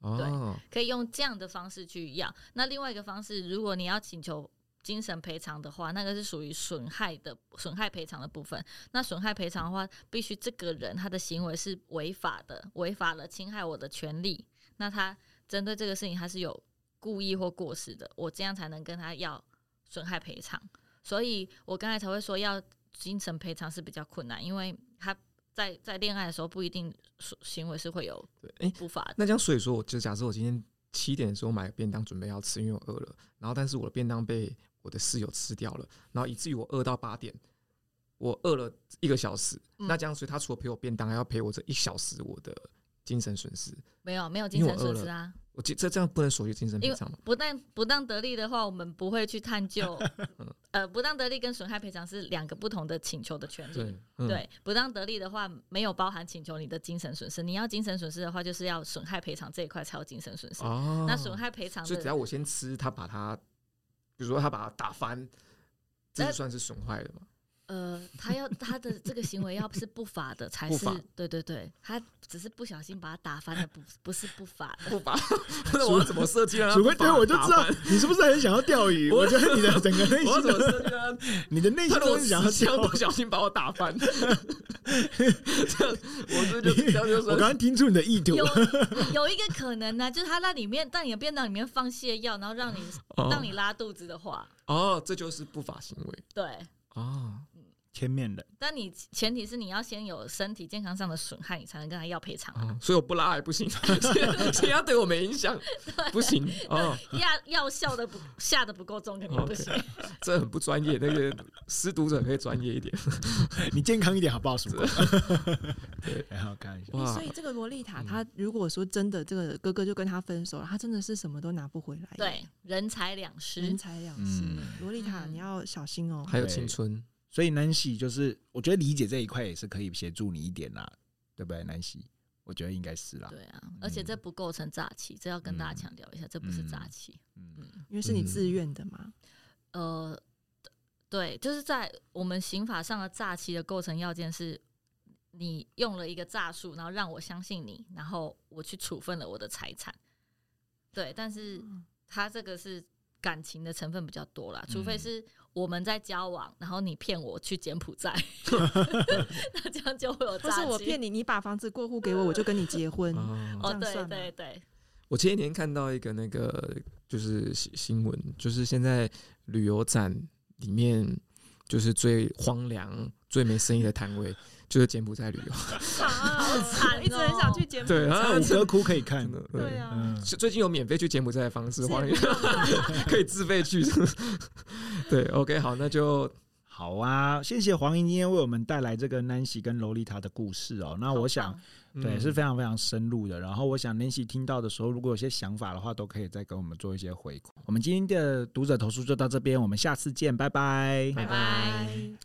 Speaker 5: 哦，
Speaker 4: 可以用这样的方式去要。那另外一个方式，如果你要请求精神赔偿的话，那个是属于损害的损害赔偿的部分。那损害赔偿的话，必须这个人他的行为是违法的，违法了侵害我的权利，那他针对这个事情他是有故意或过失的，我这样才能跟他要损害赔偿。所以我刚才才会说要精神赔偿是比较困难，因为他在在恋爱的时候不一定行为是会有
Speaker 5: 对，哎，
Speaker 4: 不法的。
Speaker 5: 那这样，所以说，我就假设我今天七点的时候买个便当，准备要吃，因为我饿了。然后，但是我的便当被我的室友吃掉了，然后以至于我饿到八点，我饿了一个小时。
Speaker 4: 嗯
Speaker 5: 那这样，所以他除了赔我便当，还要赔我这一小时我的精神损失。
Speaker 4: 没有没有
Speaker 5: 因
Speaker 4: 精
Speaker 5: 为我
Speaker 4: 神损
Speaker 5: 饿了
Speaker 4: 失啊。
Speaker 5: 我这这这样不能属于精神赔偿吗？
Speaker 4: 不但不当得利的话，我们不会去探 究。
Speaker 5: 嗯
Speaker 4: 呃，不当得利跟损害赔偿是两个不同的请求的权利。
Speaker 5: 对，嗯，
Speaker 4: 对，不当得利的话，没有包含请求你的精神损失。你要精神损失的话，就是要损害赔偿这一块才有精神损失。
Speaker 5: 哦，
Speaker 4: 那损害赔偿
Speaker 5: 所以只要
Speaker 4: 的，
Speaker 5: 我先吃，他把他，比如说他把他打翻，这就算是损坏了嘛？
Speaker 4: 呃，他要他的这个行为要是不法 的，才
Speaker 5: 不
Speaker 4: 是
Speaker 5: 法
Speaker 4: 对对对，他只是不小心把他打翻了，不不是不法的。
Speaker 5: 不吧， 那我要怎么设计让他
Speaker 3: 鼠
Speaker 5: 不
Speaker 3: 龟
Speaker 5: 把
Speaker 3: 对，
Speaker 5: 他
Speaker 3: 我就
Speaker 5: 打
Speaker 3: 知道
Speaker 5: 翻
Speaker 3: 你是不是很想要钓鱼？
Speaker 5: 我
Speaker 3: 我觉得你的整个内
Speaker 5: 我要
Speaker 3: 心
Speaker 5: 怎么
Speaker 3: 都，
Speaker 5: 设计 让他
Speaker 3: 你的内心
Speaker 5: 他如
Speaker 3: 都
Speaker 5: 果
Speaker 3: 是想
Speaker 5: 持
Speaker 3: 要
Speaker 5: 枪
Speaker 3: 钓
Speaker 5: 不
Speaker 3: 鱼。
Speaker 5: 小心把我 打翻， 这样我这就这样就
Speaker 3: 我刚
Speaker 5: 算
Speaker 3: 刚听出你的意图
Speaker 4: 有， 有一个可能呢、就是他那里面在你的便当里面放泻药，然后让你让你拉肚子的话，
Speaker 5: 哦，这就是不法行为
Speaker 4: 对。
Speaker 5: 哦。
Speaker 3: 前面的
Speaker 4: 但你前提是你要先有身体健康上的损害，你才能跟他要赔偿啊。
Speaker 5: 哦所以我不拉还不行， 所以他对我没影 响，不行哦，
Speaker 4: 药药效的不下的不够重，肯定不行。
Speaker 5: 这很不专业。那个 失毒者可以专业一点。
Speaker 3: 你健康一点好不好？鼠龟， 然后看一下，
Speaker 1: 诶
Speaker 5: 哇
Speaker 1: 所以这个罗丽
Speaker 4: 嗯
Speaker 1: 塔，她如果说真的这个哥哥就跟她分手了，她真的是什么都拿不回来。，
Speaker 4: 对，人财两
Speaker 1: 人
Speaker 4: 失。
Speaker 1: 财两失
Speaker 2: 嗯。
Speaker 1: 罗丽塔，
Speaker 4: 嗯
Speaker 1: 你要小心哦。
Speaker 5: 还有青春，
Speaker 3: 所以南希就是，我觉得理解这一块也是可以协助你一点啦，对不对？南希，我觉得应该是啦。
Speaker 4: 对啊，而且这不构成诈欺，这要跟
Speaker 1: 嗯
Speaker 4: 大家强调一下，这不是诈欺。
Speaker 3: 嗯，
Speaker 1: 因为是你自愿的嘛。
Speaker 4: 呃，对，就是在我们刑法上的诈欺的构成要件是，你用了一个诈术，然后让我相信你，然后我去处分了我的财产。对，但是他这个是感情的成分比较多啦，除非
Speaker 2: 嗯
Speaker 4: 是我们在交往，然后你骗我去柬 埔寨，那这样就会有
Speaker 1: 或
Speaker 4: 诈
Speaker 1: 是
Speaker 4: 欺。
Speaker 1: 我骗你，你把房子过户给我，我就跟你结婚。
Speaker 5: 哦
Speaker 4: 哦，
Speaker 1: 这样
Speaker 4: 对
Speaker 1: 算吗
Speaker 4: 对对，
Speaker 5: 我前几天看到一个那个就是新新闻，就是现在旅游展里面就是最荒凉、最没生意的摊位，就是柬埔寨旅游。
Speaker 1: 好
Speaker 4: 惨哦
Speaker 1: 一直很想去柬埔
Speaker 5: 对
Speaker 1: 寨。
Speaker 5: 啊
Speaker 3: 啊，五哥窟可以看
Speaker 5: 真，的，
Speaker 1: 对啊，
Speaker 3: 嗯，
Speaker 5: 是最近有免费去柬埔寨的方式，
Speaker 1: 是
Speaker 5: 欢迎
Speaker 1: 不用啦
Speaker 5: 可以自费去。 对，OK，好，那就
Speaker 3: 好啊，谢谢黄英今天为我们带来这个 Nancy 跟 Lolita 的故事哦。那我
Speaker 4: 好
Speaker 3: 想
Speaker 4: 棒，
Speaker 3: 对，
Speaker 5: 嗯
Speaker 3: 是非常非常深入的。然后我想 Nancy 听到的时候，如果有些想法的话，都可以再给我们做一些回馈。我们今天的读者投诉就到这边，我们下次见，拜拜。
Speaker 4: 拜拜。